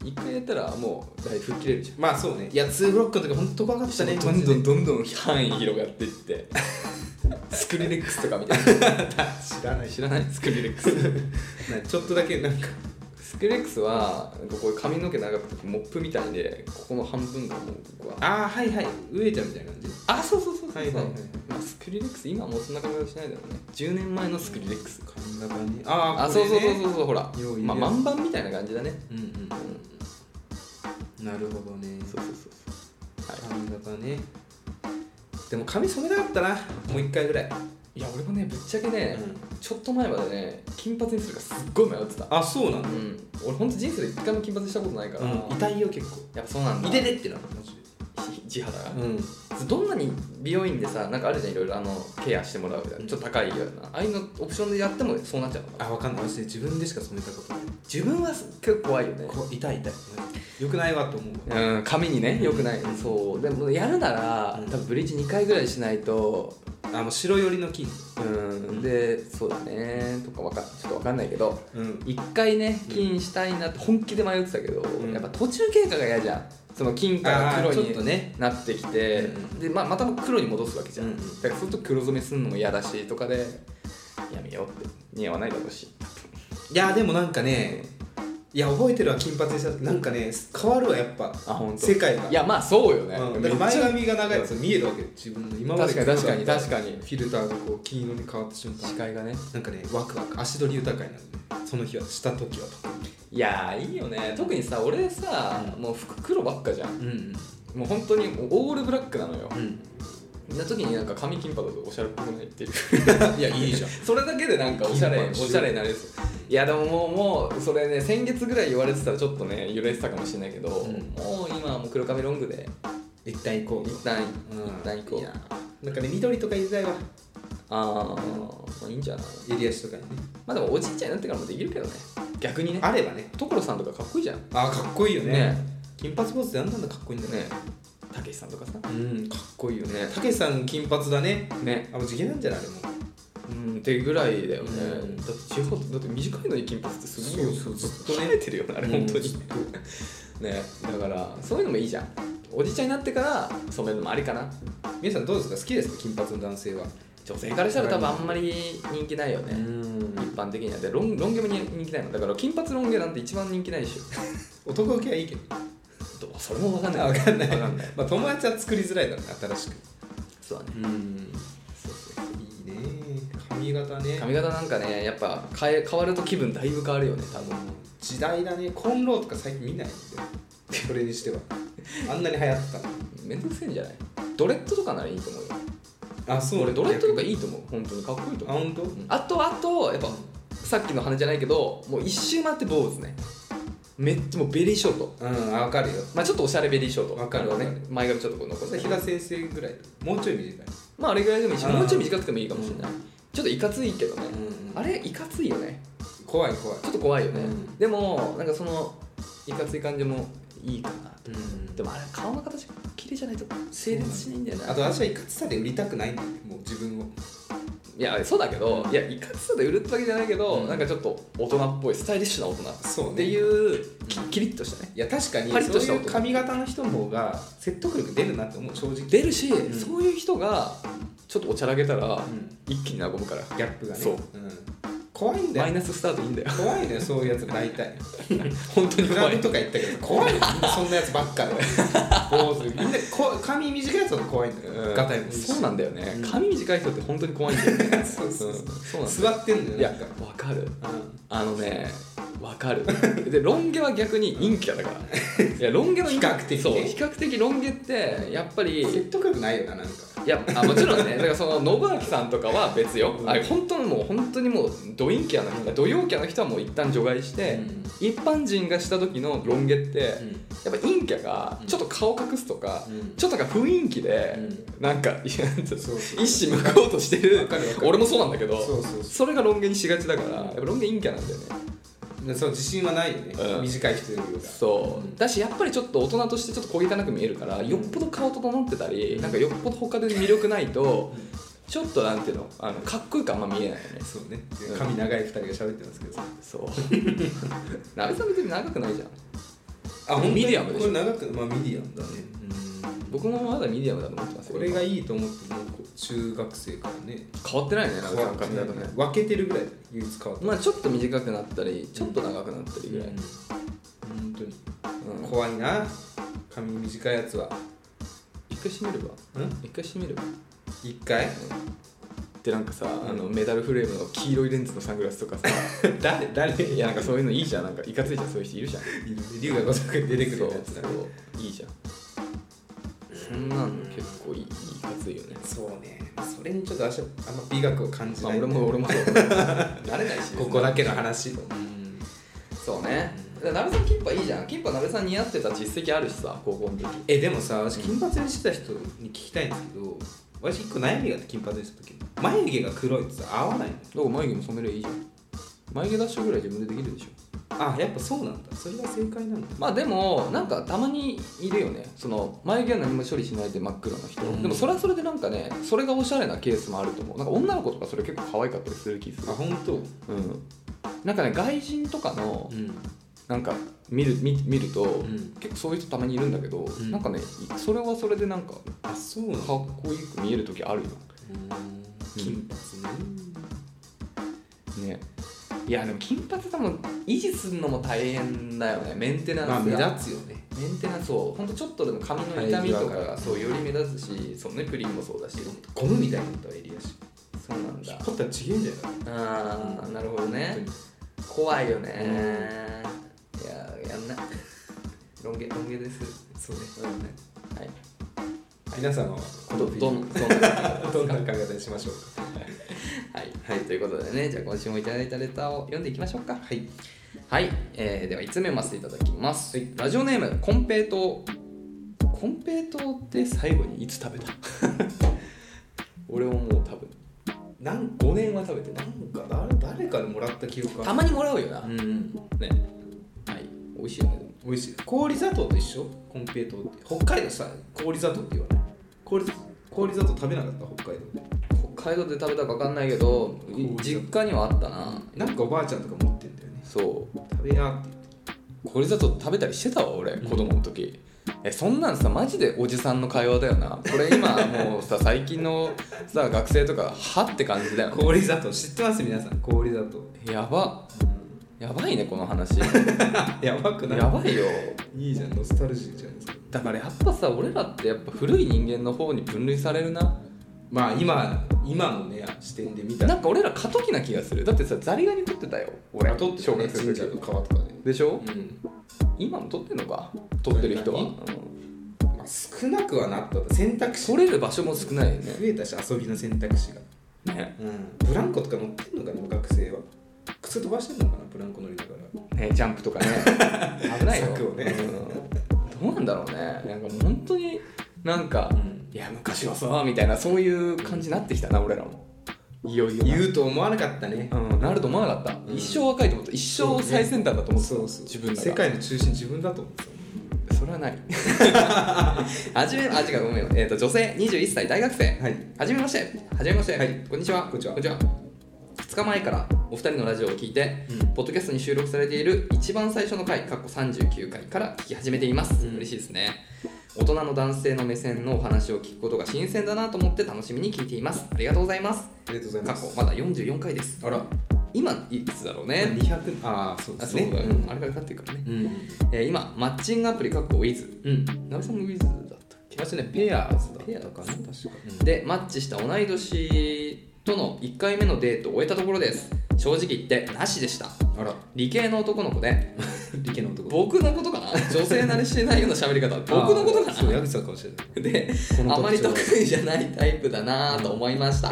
Speaker 2: 一回やったらもうだいぶ吹っ切れるじゃん
Speaker 1: まあそうねいや2ブロックの時本当怖かったね
Speaker 2: ど
Speaker 1: マ
Speaker 2: ん
Speaker 1: ジ
Speaker 2: ど
Speaker 1: で
Speaker 2: んどんどん範囲広がっていってスクリレックスとかみたい
Speaker 1: 知らな
Speaker 2: ない知らないスクリレックス
Speaker 1: ないちょっとだけ なんか
Speaker 2: スクリレックスはなんかこういう髪の毛長くてモップみたいでここの半分がもう僕は
Speaker 1: ああはいはい植えちゃうみたいな感じ
Speaker 2: あそうそうそうそ
Speaker 1: は
Speaker 2: う、
Speaker 1: いはいはい
Speaker 2: まあ、スクリレックス今はもうそんな感じはしないだろうね10年前のスクリレックス
Speaker 1: こんな感じああ
Speaker 2: あそうそうそうそううそうほら
Speaker 1: よう言う
Speaker 2: まあ
Speaker 1: やつ
Speaker 2: 満版みたいな感じだね
Speaker 1: うんうん
Speaker 2: うん
Speaker 1: なるほどね
Speaker 2: そうそうそうそうは
Speaker 1: 髪型ねでも髪染めたかったなもう一回ぐらい、
Speaker 2: いいや俺もねぶっちゃけね、
Speaker 1: うん
Speaker 2: ちょっと前までね金髪にするかすっごい迷ってた
Speaker 1: あそうなの
Speaker 2: う、ん俺ほんと人生で一回も金髪したことないから、
Speaker 1: うん、痛いよ結構
Speaker 2: やっぱそうなんだ
Speaker 1: 見ててってなのマジで
Speaker 2: 地肌が、
Speaker 1: うん
Speaker 2: どんなに美容院でさなんかあるじゃんいろいろあのケアしてもらうみたいなちょっと高いようなああいうのオプションでやってもそうなっちゃうのかな
Speaker 1: あわかんない私自分でしか染めたことない
Speaker 2: 自分はす結構怖いよね
Speaker 1: こ痛い痛いよくないわと思うわ
Speaker 2: うん、髪にね良くない、そうでもやるなら、
Speaker 1: うん
Speaker 2: 多分ブリーチ2回ぐらいしないと
Speaker 1: あの白寄りの金
Speaker 2: うんでそうだねとかわかんちょっと分かんないけど
Speaker 1: うん
Speaker 2: 1回ね金したいなって本気で迷ってたけど、
Speaker 1: ん
Speaker 2: やっぱ途中経過が嫌じゃんその金から
Speaker 1: あー
Speaker 2: 黒
Speaker 1: ちょっと
Speaker 2: に
Speaker 1: ね
Speaker 2: なってきて、
Speaker 1: うんうん
Speaker 2: で、まあ、また黒に戻すわけじゃん、
Speaker 1: うんうん
Speaker 2: だからそうすると黒染めするのも嫌だしとかでやめようって似合わないだろうし
Speaker 1: いやでもなんかねいや覚えてるわ金髪にしたなんかね変わるわやっぱ
Speaker 2: あ本当
Speaker 1: 世界が
Speaker 2: いやまあそうよね、
Speaker 1: うん、
Speaker 2: め
Speaker 1: だ
Speaker 2: っ
Speaker 1: か
Speaker 2: ち
Speaker 1: ら
Speaker 2: ゃ
Speaker 1: 前髪が長いやつ見えるわけよ自分の今まで
Speaker 2: 確かに確かに確
Speaker 1: に
Speaker 2: かに
Speaker 1: フィルターがこう金色に変わった瞬
Speaker 2: 視
Speaker 1: 間
Speaker 2: 界がね
Speaker 1: なんかねワクワク足取り豊かになるねその日はした時はとか
Speaker 2: いやーいいよね特にさ俺さ、
Speaker 1: うん
Speaker 2: もう服黒ばっかじゃん
Speaker 1: うんうん
Speaker 2: もう本当にもうオールブラックなのよ
Speaker 1: う
Speaker 2: な時になんか髪金髪だとおしゃれっぽくないっていう
Speaker 1: んいやいいじゃん
Speaker 2: それだけでなんかおしゃれ
Speaker 1: 金
Speaker 2: お
Speaker 1: 髪しよう
Speaker 2: しゃれになれるいやでももうもうそれね先月ぐらい言われてたらちょっとね揺れてたかもしれないけど、
Speaker 1: ん
Speaker 2: もう今はもう黒髪ロングで
Speaker 1: 一旦行こう
Speaker 2: 一旦、
Speaker 1: うん
Speaker 2: 一旦行こ
Speaker 1: いうやなんかね緑とか言いたいわ
Speaker 2: ああもういいんじゃない
Speaker 1: 襟足とかね
Speaker 2: まあでもおじいちゃんになってからもできるけどね逆にね
Speaker 1: あればね
Speaker 2: 所さんとかかっこいいじゃんね
Speaker 1: あーかっこいいよね
Speaker 2: ね
Speaker 1: 金髪坊主ってあんなんだかっこいいんだね
Speaker 2: えたけしさんとかさ
Speaker 1: うんかっこいいよね
Speaker 2: ね
Speaker 1: たけしさん金髪だね
Speaker 2: ね
Speaker 1: あもう地毛なんじゃないあれも
Speaker 2: うん、ってぐらいだよね、
Speaker 1: うん
Speaker 2: だって地方だって短いのに金髪ってすごいよ
Speaker 1: そうそう
Speaker 2: ずっとね生えてるよねあれ本当に、
Speaker 1: うん
Speaker 2: ねだからそういうのもいいじゃんおじちゃんになってから染めるのもありかな
Speaker 1: 皆さんどうですか好きですか金髪の男性は
Speaker 2: 女性からしたら多分あんまり人気ないよね、一般的にはでロンロン毛も人気ないのだから金髪ロン毛なんて一番人気ないでしょ
Speaker 1: 男受けはいいけど
Speaker 2: どうそれも分かんない
Speaker 1: わかんない
Speaker 2: わかんない
Speaker 1: まあ友達は作りづらいだろうね新しく
Speaker 2: そうだね
Speaker 1: うん
Speaker 2: そうそ
Speaker 1: い
Speaker 2: う
Speaker 1: いね髪型ね
Speaker 2: 髪型なんかねやっぱ変え変わると気分だいぶ変わるよね多分
Speaker 1: 時代だねコンローとか最近見ないんでそれにしてはあんなに流行って
Speaker 2: めんどくせえんじゃないドレッドとかならいいと思うよ
Speaker 1: たのあそ
Speaker 2: 俺ドレッドとかい
Speaker 1: い
Speaker 2: いと思う本当にかっこいいと
Speaker 1: あ
Speaker 2: 思う
Speaker 1: 本当
Speaker 2: あとあとやっぱさっきの話じゃないけどもう一周回って坊主ねめっちゃもうベリーショート
Speaker 1: うんあわかるよ
Speaker 2: まあちょっとおしゃれベリーショート
Speaker 1: わかる
Speaker 2: あの
Speaker 1: わか
Speaker 2: ね
Speaker 1: る
Speaker 2: 前髪ちょっとこう残って
Speaker 1: 日田先生ぐらいもうちょい短い
Speaker 2: まああれぐらいでもいいし
Speaker 1: あー
Speaker 2: もうちょい短くてもいいかもしれないちょっといかついけどね
Speaker 1: うん
Speaker 2: あれいかついよね
Speaker 1: 怖い怖い
Speaker 2: ちょっと怖いよね
Speaker 1: うん
Speaker 2: でもなんかそのいかつい感じもいいかなと
Speaker 1: うん
Speaker 2: でもあれ顔の形綺麗じゃないと成立しないんだよね
Speaker 1: あと私はいかつさで売りたくないんだよもう自分を
Speaker 2: いやそうだけど、いやいかつさで売るってわけじゃないけど、
Speaker 1: うん
Speaker 2: なんかちょっと大人っぽいスタイリッシュな大人
Speaker 1: そうね
Speaker 2: っていう、きキリッとしたね
Speaker 1: いや確かに
Speaker 2: パリッ
Speaker 1: そ
Speaker 2: と
Speaker 1: う
Speaker 2: した
Speaker 1: い
Speaker 2: 音
Speaker 1: う髪型の人の方が説得力出るなって思う正直
Speaker 2: 出るし、
Speaker 1: ん
Speaker 2: そういう人がちょっとおちゃらけたら、
Speaker 1: ん
Speaker 2: 一気に和むから
Speaker 1: ギャップがね
Speaker 2: そう
Speaker 1: うん、怖いんだよ
Speaker 2: マイナススタートいいんだよ
Speaker 1: 怖いねそういうやつ大 体
Speaker 2: 本当に
Speaker 1: クラ
Speaker 2: 怖
Speaker 1: ブ
Speaker 2: い
Speaker 1: とか行ったけど怖いよそんなやつばっかで坊主みんなこ髪短いやつだと怖いんだよ、
Speaker 2: うん
Speaker 1: ガタイもいいし
Speaker 2: そうなんだよね
Speaker 1: うん
Speaker 2: 髪短い人って本当に怖いんだよね
Speaker 1: そうそうそう
Speaker 2: うんそうなんだよ
Speaker 1: 座ってんだよ
Speaker 2: いや
Speaker 1: なんか
Speaker 2: わかる
Speaker 1: うん
Speaker 2: あのねわかる でロン毛は逆に陰キャだからいやロン毛の陰キャ
Speaker 1: 比較的ね
Speaker 2: そう比較的ロン毛ってやっぱり
Speaker 1: 説得力ないよななんか
Speaker 2: いやあもちろんねだからその信明さんとかは別よ、
Speaker 1: うん
Speaker 2: あ本当にもう本当にもうドインキャの人がド陽キャの人はもう一旦除外して、
Speaker 1: うん
Speaker 2: 一般人がした時のロン毛って、やっ
Speaker 1: ん
Speaker 2: ぱ陰キャがちょっと顔隠すとか、
Speaker 1: うん
Speaker 2: ちょっとなんか雰囲気で、なんかいや
Speaker 1: そうそう
Speaker 2: 一矢報こうとしてる
Speaker 1: わかるわかる
Speaker 2: 俺もそうなんだけど
Speaker 1: そうそうそ
Speaker 2: それがロン毛にしがちだからやっぱロン毛陰キャなんだよね
Speaker 1: うそう自信はないよね、
Speaker 2: うん
Speaker 1: 短い人よりは
Speaker 2: そうだしやっぱりちょっと大人としてちょっと小汚く見えるからよっぽど顔整ってたりなんかよっぽど他で魅力ないとちょっとなんていうのあのかっこよくあんま見えないよね
Speaker 1: そうねで髪長い二人が喋ってますけどさ
Speaker 2: そう なべさん別に長くないじゃ
Speaker 1: あ
Speaker 2: ん
Speaker 1: 本当に
Speaker 2: ミディアムでしょ
Speaker 1: これ長くまあミディアムだねうん
Speaker 2: 僕もまだミディアムだと思ってますよ
Speaker 1: これがいいと思ってもうこう中学生からね
Speaker 2: 変わってないねなべさんの髪型ね
Speaker 1: 分けてるぐらいだよ唯一変わった
Speaker 2: まあちょっと短くなったりちょっと長くなったりぐらい、うん
Speaker 1: 本当に怖いな髪短いやつは
Speaker 2: 一回してみれば
Speaker 1: ん
Speaker 2: 一回してみれば
Speaker 1: 一回
Speaker 2: でなんかさ、あのメダルフレームの黄色いレンズのサングラスとかさ
Speaker 1: 誰誰
Speaker 2: いやなんかそういうのいいじゃんなんかいかついじゃんそういう人いるじゃん
Speaker 1: 龍がごとく出てくるやつだ
Speaker 2: そうそういいじゃんそんなの結構いいいいかついよね
Speaker 1: そうねそれにちょっと私はあんま美学を感じ
Speaker 2: まあ
Speaker 1: ない
Speaker 2: 俺も俺もそう慣れないし
Speaker 1: ここだけの話うん
Speaker 2: そうねだからなべさんキンパいいじゃんキンパなべさん似合ってた実績あるしさ高校の時
Speaker 1: えでもさ私金髪にしてた人に聞きたいんですけど私一個悩みがあって金髪にした時に眉毛が黒いってさ合わないの
Speaker 2: どう眉毛も染めりゃいいじゃん眉毛ダッシュぐらい自分でできるでしょ
Speaker 1: あやっぱそうなんだそれが正解なんだ
Speaker 2: まあでもなんかたまにいるよねその眉毛は何も処理しないで真っ黒の人、
Speaker 1: うん
Speaker 2: でもそれはそれでなんかねそれがおしゃれなケースもあると思うなんか女の子とかそれ結構可愛かったりする気する
Speaker 1: あ本当
Speaker 2: うんなんかね外人とかの
Speaker 1: ん
Speaker 2: なんか見る見見ると、
Speaker 1: ん
Speaker 2: 結構そういう人たまにいるんだけど、
Speaker 1: ん
Speaker 2: なんかねそれはそれでなんかか
Speaker 1: あそうなん
Speaker 2: っ
Speaker 1: だ
Speaker 2: こよく見える時あるよ
Speaker 1: 金髪ね
Speaker 2: ねいやでも金髪でも維持するのも大変だよねメンテナン
Speaker 1: ま
Speaker 2: スが
Speaker 1: あ目立つよね
Speaker 2: メンテナンスそうほんとちょっとでも髪の痛み
Speaker 1: 生え
Speaker 2: とか
Speaker 1: 際が
Speaker 2: がそうより目立つしそうねプリンもそうだし
Speaker 1: ゴムみたいになったわ襟足
Speaker 2: そうなんだ
Speaker 1: ったらちげえんだよ
Speaker 2: ああなるほど
Speaker 1: な
Speaker 2: ね怖いよねいややんなロン毛ロン毛です
Speaker 1: そうね
Speaker 2: うんねはい
Speaker 1: 皆様はこの
Speaker 2: ど
Speaker 1: フィ
Speaker 2: ど
Speaker 1: ル
Speaker 2: んどん な
Speaker 1: ムどんな考え方にしましょうか
Speaker 2: はい、ということでねじゃあ今週もいただいたレターを読んでいきましょうかはい、はいえーでは5つ目まずいただきます、ラジオネームコンペイトーコンペイトーって最後にいつ食べた 俺はもう多分
Speaker 1: なんか
Speaker 2: 5年は食べてない
Speaker 1: なんか誰誰かにもらった記憶が
Speaker 2: たまにもらうよな、ね
Speaker 1: うん
Speaker 2: はい美味しいよねでも
Speaker 1: 美味しい氷砂糖と一緒コンペイトーって北海道さ氷砂糖って言わない氷氷砂糖食べなかった北海道で
Speaker 2: 北海道で食べたか分かんないけどい実家にはあったな
Speaker 1: なんかおばあちゃんとか持ってんだよね
Speaker 2: そう
Speaker 1: 食べやーって
Speaker 2: これだと食べたりしてたわ俺子供の時、えそんなんさマジでおじさんの会話だよなこれ今 もうさ最近のさ学生とかはって感じだよね
Speaker 1: 氷砂糖知ってます皆さん氷砂糖
Speaker 2: やばやばいねこ の話
Speaker 1: やばくない
Speaker 2: やばいよ
Speaker 1: いいじゃんノスタルジーじゃないですか
Speaker 2: だからやっぱさ俺らってやっぱ古い人間の方に分類されるな
Speaker 1: まあ今今のね視点で見た
Speaker 2: な
Speaker 1: ら
Speaker 2: んか俺ら過渡期な気がするだってさザリガニ取ってたよ俺
Speaker 1: あ撮ってた
Speaker 2: 小
Speaker 1: ね
Speaker 2: 学生の
Speaker 1: 神社
Speaker 2: 時
Speaker 1: の川とかで
Speaker 2: でしょ、
Speaker 1: うん
Speaker 2: 今も取ってんのか取ってる人は、
Speaker 1: ザリ
Speaker 2: うん、
Speaker 1: まあ、少なくはなった選択肢増
Speaker 2: 取れる場所も少ないよね
Speaker 1: えたし遊びの選択肢が、
Speaker 2: ね
Speaker 1: ブランコとか乗ってんのかな学生は靴飛ばしてんのかなブランコ乗りながら
Speaker 2: ね、ジャンプ とかね危ないよ
Speaker 1: 柵をね
Speaker 2: うんどうなんだろうねなんか本当になんか、
Speaker 1: うん
Speaker 2: いや昔はさみたいなそういう感じになってきたな俺らもいよいよな
Speaker 1: 言うと思わなかったね
Speaker 2: うん、なると思わなかった、
Speaker 1: うん
Speaker 2: 一生若いと思った一生最先端だと思ってた、
Speaker 1: そうそう
Speaker 2: 自分らが
Speaker 1: 世界の中心自分だと思ってた
Speaker 2: それはない はじめあ違うごめん、えー、と女性21歳大学生
Speaker 1: はい
Speaker 2: はじめましてはじめまして、
Speaker 1: はい
Speaker 2: こんにちは
Speaker 1: こんにちは
Speaker 2: 2日前からお二人のラジオを聞いて、
Speaker 1: うん
Speaker 2: ポッドキャストに収録されている一番最初の回かっこ39回から聞き始めています、
Speaker 1: うん
Speaker 2: 嬉しいですね大人の男性の目線のお話を聞くことが新鮮だなと思って楽しみに聞いていますありがとうございます
Speaker 1: ありがとうござい
Speaker 2: 過
Speaker 1: ます
Speaker 2: 去まだ44回です
Speaker 1: あら
Speaker 2: 今いくつだろう
Speaker 1: え
Speaker 2: ね、
Speaker 1: 200ああそうで
Speaker 2: あ
Speaker 1: す
Speaker 2: そうだ
Speaker 1: ね
Speaker 2: ね、うんあれから経ってるからね、
Speaker 1: うん
Speaker 2: えー今マッチングアプリかっこウィズ
Speaker 1: うん
Speaker 2: なべさんもウィズだったっけ
Speaker 1: 私ねペアーズだ
Speaker 2: ペア
Speaker 1: った
Speaker 2: とか
Speaker 1: か
Speaker 2: ね
Speaker 1: な
Speaker 2: 確か
Speaker 1: うん
Speaker 2: でマッチした同い年との1回目のデートを終えたところです正直言ってなしでした
Speaker 1: あら
Speaker 2: 理系の男の子で
Speaker 1: 理系の男
Speaker 2: 僕のことかな女性慣れしてないような喋り方僕のこと
Speaker 1: が
Speaker 2: か
Speaker 1: そう
Speaker 2: な
Speaker 1: 矢口さんかもしれない
Speaker 2: で
Speaker 1: この特徴
Speaker 2: あまり得意じゃないタイプだなと思いました、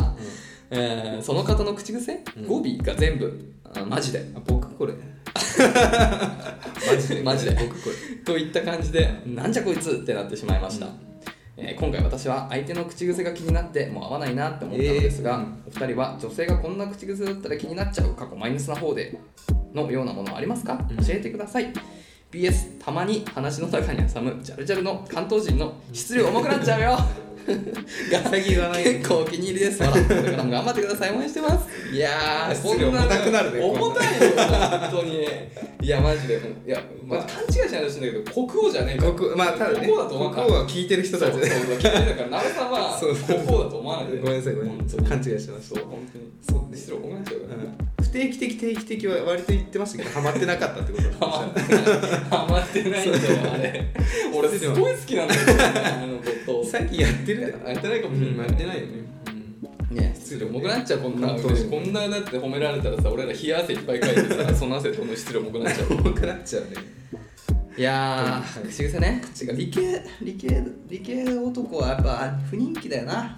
Speaker 2: えーその方の口癖、
Speaker 1: うん
Speaker 2: 語尾が全部あマジで
Speaker 1: あ僕これ マジで
Speaker 2: マジで
Speaker 1: 僕これ
Speaker 2: といった感じでなんじゃこいつってなってしまいました、
Speaker 1: うん
Speaker 2: えー今回私は相手の口癖が気になってもう合わないなって思ったのですが、お二人は女性がこんな口癖だったら気になっちゃう過去マイナスな方でのようなものはありますか
Speaker 1: うん
Speaker 2: 教えてください PS たまに話の中に挟むジャルジャルの関東人の質量重くなっち ゃうよが
Speaker 1: 最近言わない
Speaker 2: 結構お気に入りです笑ってこれからも頑張ってください応援してますいや ー
Speaker 1: 質量重くなるね
Speaker 2: 重たいよ本当にいやマジでいや、まあ、勘違いしないでほしいんだけど国王じゃねえから
Speaker 1: 僕まあただね
Speaker 2: 国王だと思う
Speaker 1: 国
Speaker 2: から
Speaker 1: 王は聞いてる人たち
Speaker 2: そう
Speaker 1: で
Speaker 2: そうそう聞いてるからなべさんは
Speaker 1: そうそう
Speaker 2: 国王だと思わないで
Speaker 1: ごめんなさいごめんなさい勘違いしてました
Speaker 2: そう本当に
Speaker 1: そうね
Speaker 2: 失礼ごめんなさい
Speaker 1: うん不定期的定期的は割と言ってましたけどハマってなかったってことなんです
Speaker 2: ハ
Speaker 1: よ
Speaker 2: マってないハマってないんだよあれ俺すごい好きなんだよあのこと
Speaker 1: さっきやってる
Speaker 2: やってないかもしれな
Speaker 1: やっ
Speaker 2: い
Speaker 1: てないよね、
Speaker 2: ね失礼重くなっちゃうこんな
Speaker 1: 本当に
Speaker 2: こんなだって褒められたらさ俺ら冷や汗いっぱいかいてさその汗どんどん失礼重くなっちゃう
Speaker 1: 重くなっちゃうね
Speaker 2: いや
Speaker 1: はい
Speaker 2: ー、口癖ね。口が理系、理系、理系男はやっぱ不人気だよな。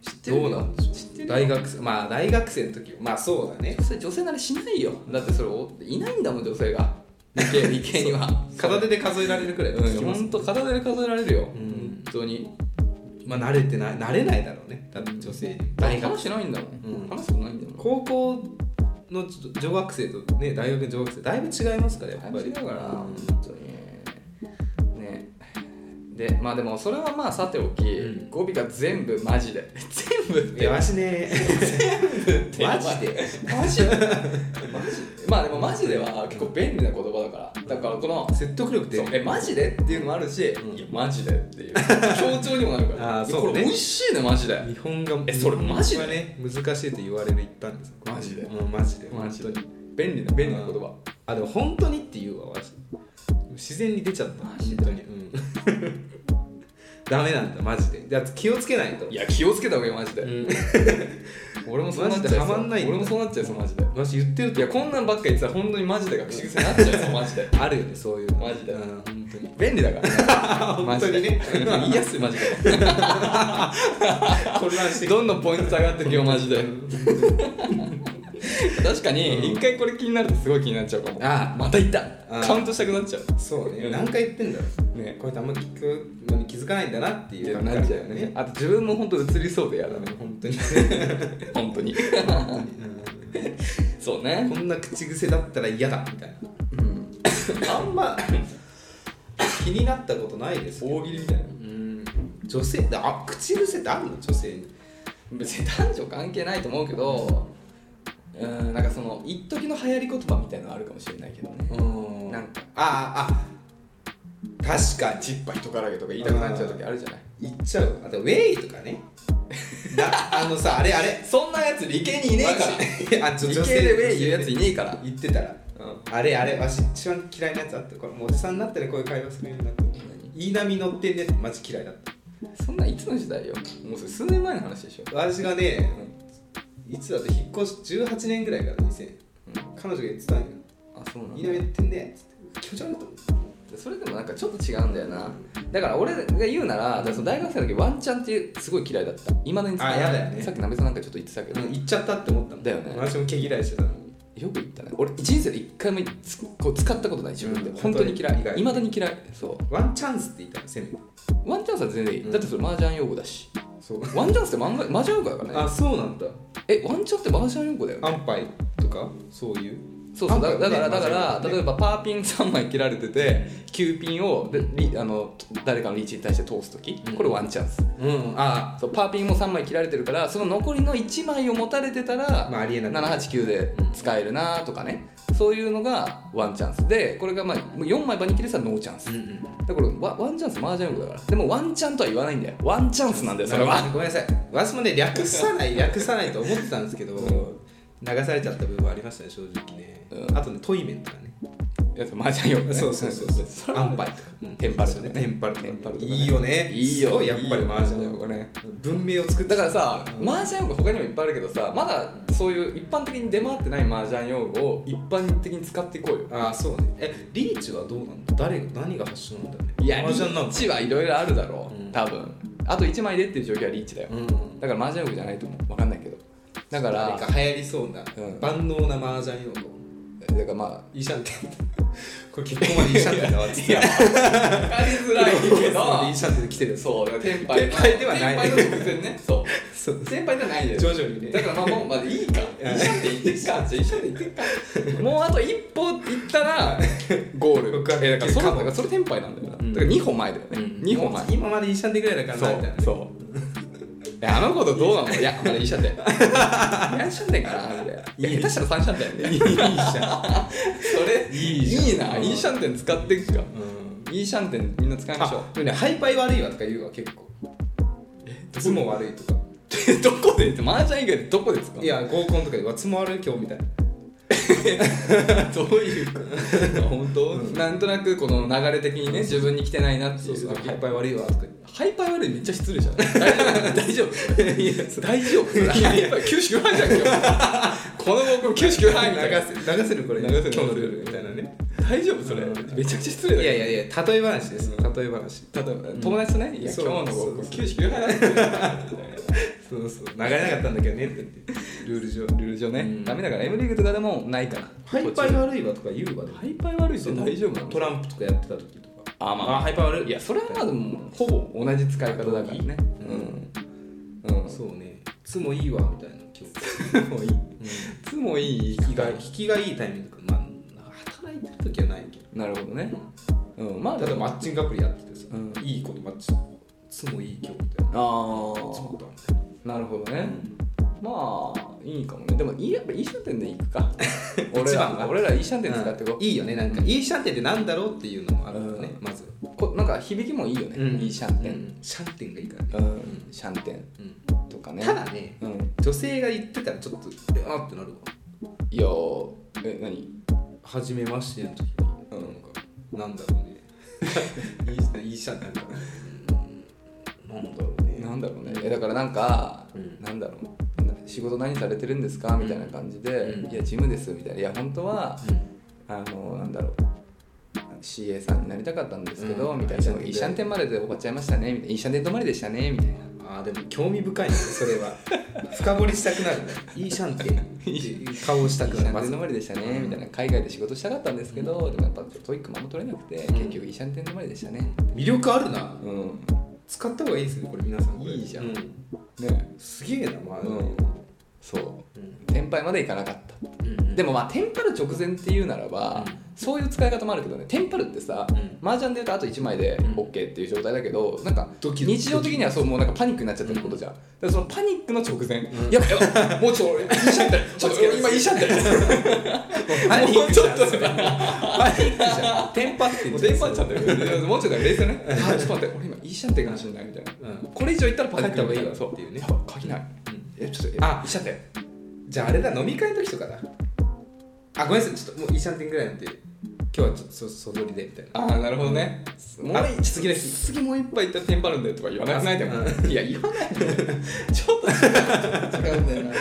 Speaker 2: 知ってるよ
Speaker 1: どうなんでしょう
Speaker 2: 知ってるよ
Speaker 1: 大学生まあ大学生の時まあそうだね
Speaker 2: 女性女性なれしないよ。だってそれお、いないんだもん、女性が。理 系、理系には。
Speaker 1: 片手で数えられるくらい、
Speaker 2: うん、ほんと片手で数えられるよ。
Speaker 1: ん
Speaker 2: 本当に。
Speaker 1: まあ慣れてない慣れないだろうねだって女性に大学
Speaker 2: 話しないんだも
Speaker 1: うん
Speaker 2: ん。話すことないんだもん。
Speaker 1: 高校の女学生とね大学の女学生だいぶ違いますからやっぱり
Speaker 2: 違うから、
Speaker 1: うん
Speaker 2: 本当に。ね。で、まあでも、それはまあさておき、
Speaker 1: うん
Speaker 2: 語尾が全部マジで。 全部って
Speaker 1: いやわしね マジで
Speaker 2: マジマジまあでもマジでは結構便利な言葉だからだからこの
Speaker 1: 説得力って
Speaker 2: そうえマジでっていうのもあるし、
Speaker 1: ん
Speaker 2: いやマジでっていう強調にもなるから
Speaker 1: あー
Speaker 2: いや
Speaker 1: そうね
Speaker 2: これ美味しいねマジで
Speaker 1: 日本が
Speaker 2: えそれマジで
Speaker 1: 日本がね難しいと言われる言ったんです
Speaker 2: マジで
Speaker 1: うんマジで
Speaker 2: マジで
Speaker 1: 本当に
Speaker 2: 便利な便利な言葉
Speaker 1: あでも本当にって言うわ私自然に出ちゃった
Speaker 2: マジで
Speaker 1: 本当に、うん、 ダメなんだマジでだって気をつけないと
Speaker 2: いや気をつけた方がいいマジ で、
Speaker 1: うん、
Speaker 2: 俺もそうなっちゃ
Speaker 1: マジ
Speaker 2: い
Speaker 1: でハ
Speaker 2: そ
Speaker 1: マ
Speaker 2: うん
Speaker 1: ないんだ
Speaker 2: 俺もそうなっちゃいそうマジで
Speaker 1: 私言ってる
Speaker 2: い
Speaker 1: と
Speaker 2: やこんなんばっか言ってたら本当にマジでが口癖になっちゃいそうマジで
Speaker 1: あるよねそういうの
Speaker 2: マジで
Speaker 1: うん、本当に
Speaker 2: 便利 だから、ね、
Speaker 1: 本当にね
Speaker 2: マジで言いやすいマジで
Speaker 1: 混乱して
Speaker 2: どんどんポイント上がってくよマジで 確かに
Speaker 1: うん
Speaker 2: 一回これ気になるとすごい気になっちゃうかも
Speaker 1: あ
Speaker 2: また行った
Speaker 1: あ
Speaker 2: カウントしたくなっちゃう
Speaker 1: そうね
Speaker 2: うん
Speaker 1: 何回言ってんだろう
Speaker 2: ね
Speaker 1: こうやってあんま聞くのに気づかないんだなっていう感
Speaker 2: なっ
Speaker 1: 覚
Speaker 2: ち
Speaker 1: だ
Speaker 2: ゃ
Speaker 1: よ
Speaker 2: う
Speaker 1: ね
Speaker 2: ねあと自分も本当映りそうでやだね
Speaker 1: 本当に、
Speaker 2: 本当にそう
Speaker 1: うん
Speaker 2: ね
Speaker 1: こんな口癖だったら嫌だみたいな
Speaker 2: うん
Speaker 1: あんま気になったことないですけど
Speaker 2: 大喜利みたいな
Speaker 1: うん女性あ口癖ってあるの女性に
Speaker 2: 別に男女関係ないと思うけどうんなんかその一時の流行り言葉みたいなのあるかもしれないけどね
Speaker 1: うん
Speaker 2: なんか
Speaker 1: あああ確かに
Speaker 2: ちっぱいとからげとか言いたくなっちゃう時あるじゃない
Speaker 1: 言っちゃうあとウェイとかねだあのさあれあれ
Speaker 2: そんなやつ理系 にいねえから
Speaker 1: あちょ
Speaker 2: 理
Speaker 1: 女
Speaker 2: 系
Speaker 1: 性
Speaker 2: で
Speaker 1: で
Speaker 2: ウ
Speaker 1: ウ
Speaker 2: ェ
Speaker 1: ェ
Speaker 2: イ
Speaker 1: イ言
Speaker 2: 言う
Speaker 1: う
Speaker 2: や
Speaker 1: や
Speaker 2: つ
Speaker 1: つ
Speaker 2: い
Speaker 1: い
Speaker 2: ね
Speaker 1: ね
Speaker 2: えから
Speaker 1: 言ってたら
Speaker 2: うん
Speaker 1: あれあれわし一番嫌いなやつあったこれもうおじさんになったらこういう会話するようになったいい波乗ってんねってマジ嫌いだった
Speaker 2: そんなんいつの時代よもうそれ数年前の話でしょ
Speaker 1: 私がねいつだと引っ越し18年ぐらいから2000
Speaker 2: うん
Speaker 1: 彼女が言ってたんよ
Speaker 2: あそうなん
Speaker 1: い
Speaker 2: だ
Speaker 1: い波乗ってんねっつって気持ち悪いと思って
Speaker 2: それでもなんかちょっと違うんだよなだから俺が言うならだからその大学生の時ワンチャンってすごい嫌いだったいまだに使う
Speaker 1: あやだよね
Speaker 2: さっきなべさんなんかちょっと言ってたけど、
Speaker 1: うん言っちゃったって思ったもん
Speaker 2: だよね
Speaker 1: 私も毛嫌いしてたの
Speaker 2: よく言ったね俺人生で一回もつこう使ったことない自分で、
Speaker 1: うん
Speaker 2: 本当に嫌
Speaker 1: 意外
Speaker 2: いいまだに嫌いそう
Speaker 1: ワンチャンスって言ったのせめて
Speaker 2: ワンチャンスは全然いい、
Speaker 1: うん
Speaker 2: だってそれ麻雀用語だし
Speaker 1: そう
Speaker 2: ワンチャンスって漫画麻雀用語だから
Speaker 1: あ
Speaker 2: ね
Speaker 1: そうなんだ
Speaker 2: えワンチャンスって麻雀用語だよね
Speaker 1: 安牌とかそういう
Speaker 2: そうそうだ
Speaker 1: あ
Speaker 2: だから
Speaker 1: ね
Speaker 2: だから、
Speaker 1: 麻雀ね
Speaker 2: 例えばパーピン3枚切られてて9ピンをでリあの誰かのリーチに対して通す時
Speaker 1: うん
Speaker 2: これワンチャンス、
Speaker 1: うんあ
Speaker 2: そうパーピンも3枚切られてるからその残りの1枚を持たれてたら、
Speaker 1: まあありえなく
Speaker 2: 789で使えるなとかね、そういうのがワンチャンスでこれがまあ4枚場に切れてたらノーチャンス、
Speaker 1: うん
Speaker 2: だ
Speaker 1: うん
Speaker 2: からこれワワンチャンスマージャン用語だからでもワンチャンとは言わないんだよワンチャンスなんだよそれは
Speaker 1: ごめんなさい私もね略さない略さないと思ってたんですけど流されちゃった部分はありましたね正直ね、
Speaker 2: うん
Speaker 1: あとねトイメンとかね
Speaker 2: やつ 麻雀よ、
Speaker 1: そうそうそうそう 安牌とか、うん
Speaker 2: テンパルとかね
Speaker 1: テンパルとか
Speaker 2: テンパルとかね
Speaker 1: いいよね
Speaker 2: いい
Speaker 1: す
Speaker 2: よ
Speaker 1: ごやっぱりマージャンだよこれ
Speaker 2: れ
Speaker 1: 文明を作って
Speaker 2: だからさ、
Speaker 1: うん
Speaker 2: 麻雀用語他にもいっぱいあるけどさまだそういう一般的に出回ってない麻雀用語を一般的に使っていこうよ
Speaker 1: ああそうねえリーチはどうなんだ誰が何が発祥なんだろうね
Speaker 2: いやリ
Speaker 1: 麻雀なの
Speaker 2: ーチはいろいろあるだろう、
Speaker 1: うん
Speaker 2: 多分あと1枚でっていう状況はリーチだよ、
Speaker 1: うん
Speaker 2: だから麻雀用語じゃないと思う分かんないけどだから
Speaker 1: なんか流行りそうな、
Speaker 2: うん
Speaker 1: 万能な麻雀用語
Speaker 2: だからま
Speaker 1: イシャン テンこれ結婚までイシャンテンだわっつっ
Speaker 2: あ
Speaker 1: て
Speaker 2: 分かりづらいけ
Speaker 1: そうイ
Speaker 2: ど
Speaker 1: シャンテン来てる
Speaker 2: そうだから天敗
Speaker 1: 天敗ではない
Speaker 2: 天敗の直前ね そう
Speaker 1: そう
Speaker 2: 先輩じゃないです
Speaker 1: 徐々にね
Speaker 2: だからまあもうまあいいか一緒で行ってっかじゃあ一緒で行ってっかもうあと一歩行ったらゴール
Speaker 1: 僕は
Speaker 2: えだからそれ
Speaker 1: か
Speaker 2: だ
Speaker 1: も
Speaker 2: からそれ天敗なんだよな、
Speaker 1: うん
Speaker 2: だから2歩前だよね、二2歩前
Speaker 1: 今までイシャンテンぐらいだから
Speaker 2: そ
Speaker 1: なみたいな
Speaker 2: うそういやあの子とどうなのいやまだいいシャン で何シャンでかなみたいないや下手したら3シャンでみたいな い
Speaker 1: いじゃん、
Speaker 2: それ
Speaker 1: いいじゃん
Speaker 2: いいないいシャンテン使っていくか
Speaker 1: うん、
Speaker 2: いいシャンテンみんな使いましょう
Speaker 1: あでもねハイパイ悪いわとか言うわ結構えつも悪いとか
Speaker 2: どこでマージャン以外でどこですか
Speaker 1: いや合コンとかでわつも悪い今日みたいな
Speaker 2: どういうか本当、なんとなくこの流れ的にね自分に来てないなっていう時
Speaker 1: ハイパイ悪いわとか言って
Speaker 2: ハイパー悪いめっちゃ失礼じゃん大丈夫大丈夫ハイパー99杯じゃん今日この僕99杯みたいな
Speaker 1: 流せ流せるこれ
Speaker 2: 流せる
Speaker 1: 今日のルールみたいなね
Speaker 2: 大丈夫それ
Speaker 1: うん
Speaker 2: めちゃくちゃ失
Speaker 1: い
Speaker 2: 礼だ
Speaker 1: や
Speaker 2: よ
Speaker 1: いやいや例え話です例え話
Speaker 2: 例えば友達とねいや
Speaker 1: そう
Speaker 2: 今日の
Speaker 1: そう
Speaker 2: 僕99杯だったんだよみたいな
Speaker 1: そうそう流れなかったんだけどねって言ってルール上
Speaker 2: ルール上
Speaker 1: う
Speaker 2: ね
Speaker 1: ん
Speaker 2: ダメだから M リーグとかでもないから
Speaker 1: ハイパイ悪いわとか言うわでも
Speaker 2: ハイパー悪いって大丈夫なの
Speaker 1: トランプとかやってた時とか
Speaker 2: あまあ
Speaker 1: ハイパイ悪い
Speaker 2: いやそれはまあでもほぼ同じ使い方だからねうん、うん、
Speaker 1: そうねつもいいわみたいな今
Speaker 2: もういい
Speaker 1: 日
Speaker 2: いつもいい
Speaker 1: 引きが引きがいいタイミングまあなんか働いてる時はないけど
Speaker 2: なるほどねうんまあ
Speaker 1: 例えばマッチングアプリやっててさ、
Speaker 2: うん
Speaker 1: いい子とマッチしてつもいい今日みたいなつ
Speaker 2: あ
Speaker 1: もだみ
Speaker 2: あなるほどねまあいいかもねでもいいやっぱいいシャンテンで行く か俺
Speaker 1: 一番
Speaker 2: ら
Speaker 1: は
Speaker 2: 俺らいいシャンテン
Speaker 1: たい
Speaker 2: 使
Speaker 1: な
Speaker 2: ってこ
Speaker 1: いいよねなんか、いいシャンテンってなんだろうっていうのもあるからね、まず
Speaker 2: うこなんか響きもいいよね、
Speaker 1: うん
Speaker 2: いいシャン
Speaker 1: う
Speaker 2: テン
Speaker 1: んシャンテンがいいからね、
Speaker 2: うん、シャンテン
Speaker 1: うん
Speaker 2: とかね
Speaker 1: ただね
Speaker 2: うん
Speaker 1: 女性が言ってたらちょっとえあーってなるわ
Speaker 2: いやーえ何
Speaker 1: 初めましての時に、
Speaker 2: うん
Speaker 1: なんかなんだろうね いいシャンいいシャンテンなんかうんなんだろうね
Speaker 2: なんだろうねえだからなんか、
Speaker 1: うん
Speaker 2: なんだろうな仕事何されてるんですかみたいな感じで、
Speaker 1: うん
Speaker 2: いやジムですみたいないや本当は、
Speaker 1: うん
Speaker 2: あのなんだろう CA さんになりたかったんですけど、
Speaker 1: うん
Speaker 2: みたいな「
Speaker 1: い
Speaker 2: イ
Speaker 1: い
Speaker 2: シ
Speaker 1: シャ
Speaker 2: ャン
Speaker 1: ン
Speaker 2: テ
Speaker 1: テ
Speaker 2: ンまでで終わっちゃいましたね」みたいな「イシャンテン止まりでしたね」みたいな
Speaker 1: あーでも興味深いねそれ は深掘りしたくなるねいいシャンテンっていう顔をし
Speaker 2: 「イシ
Speaker 1: たく
Speaker 2: ャンテ
Speaker 1: な
Speaker 2: ン
Speaker 1: るまず
Speaker 2: 止まりでしたね」みたいな「海外で仕事したかったんですけど、でもやっぱトイックもあんま取れなくて、
Speaker 1: ん
Speaker 2: 結局イシャンテン止まりでしたね」
Speaker 1: 魅力あるな
Speaker 2: うん
Speaker 1: 使った方がいいですねこれ皆さんこれ
Speaker 2: いいじゃん
Speaker 1: う
Speaker 2: ね
Speaker 1: すげえなまあ、
Speaker 2: うん
Speaker 1: うん
Speaker 2: そう転売までいかなかった
Speaker 1: うん
Speaker 2: でもまあテンパる直前っていうならば、
Speaker 1: うん
Speaker 2: そういう使い方もあるけどねテンパるってさ、
Speaker 1: うん
Speaker 2: 麻雀で言うとあと1枚で
Speaker 1: ん
Speaker 2: OK っていう状態だけどなんか
Speaker 1: ドキドキ
Speaker 2: 日常的にはそうもうなんかパニックになっちゃってることじゃん、だからそのパニックの直前、
Speaker 1: ん
Speaker 2: やばいやばいもうちょっと俺いいシャ ンテンちょっと俺今いいシャンテン
Speaker 1: パニッ
Speaker 2: もう
Speaker 1: ク
Speaker 2: ち
Speaker 1: じ
Speaker 2: ょ
Speaker 1: ゃ
Speaker 2: っ
Speaker 1: ん
Speaker 2: と
Speaker 1: それパニックじゃんテンパってん
Speaker 2: もう
Speaker 1: じゃん
Speaker 2: テンパっちゃってるもうちょっと冷静 ねあちょっと待って俺今いいシャンテンかもしれないみたいな
Speaker 1: うん
Speaker 2: これ以上いったらパニック
Speaker 1: 帰った方がいいわ
Speaker 2: そう
Speaker 1: っていうね
Speaker 2: やばい鍵ない、えちょっと
Speaker 1: あ
Speaker 2: いいシャンテン
Speaker 1: じゃああれだ飲み会の時とかだあごめんなさいちょっともういいシャンテンぐらいなんで今日はちょっとそそぞりでみたいな
Speaker 2: ああなるほどね。もう
Speaker 1: あ
Speaker 2: 一
Speaker 1: 次の日
Speaker 2: 次もう一杯行ったらテンパるんだよとか言わなくないでも。いや言わないで。 ちょっと違うんだよな。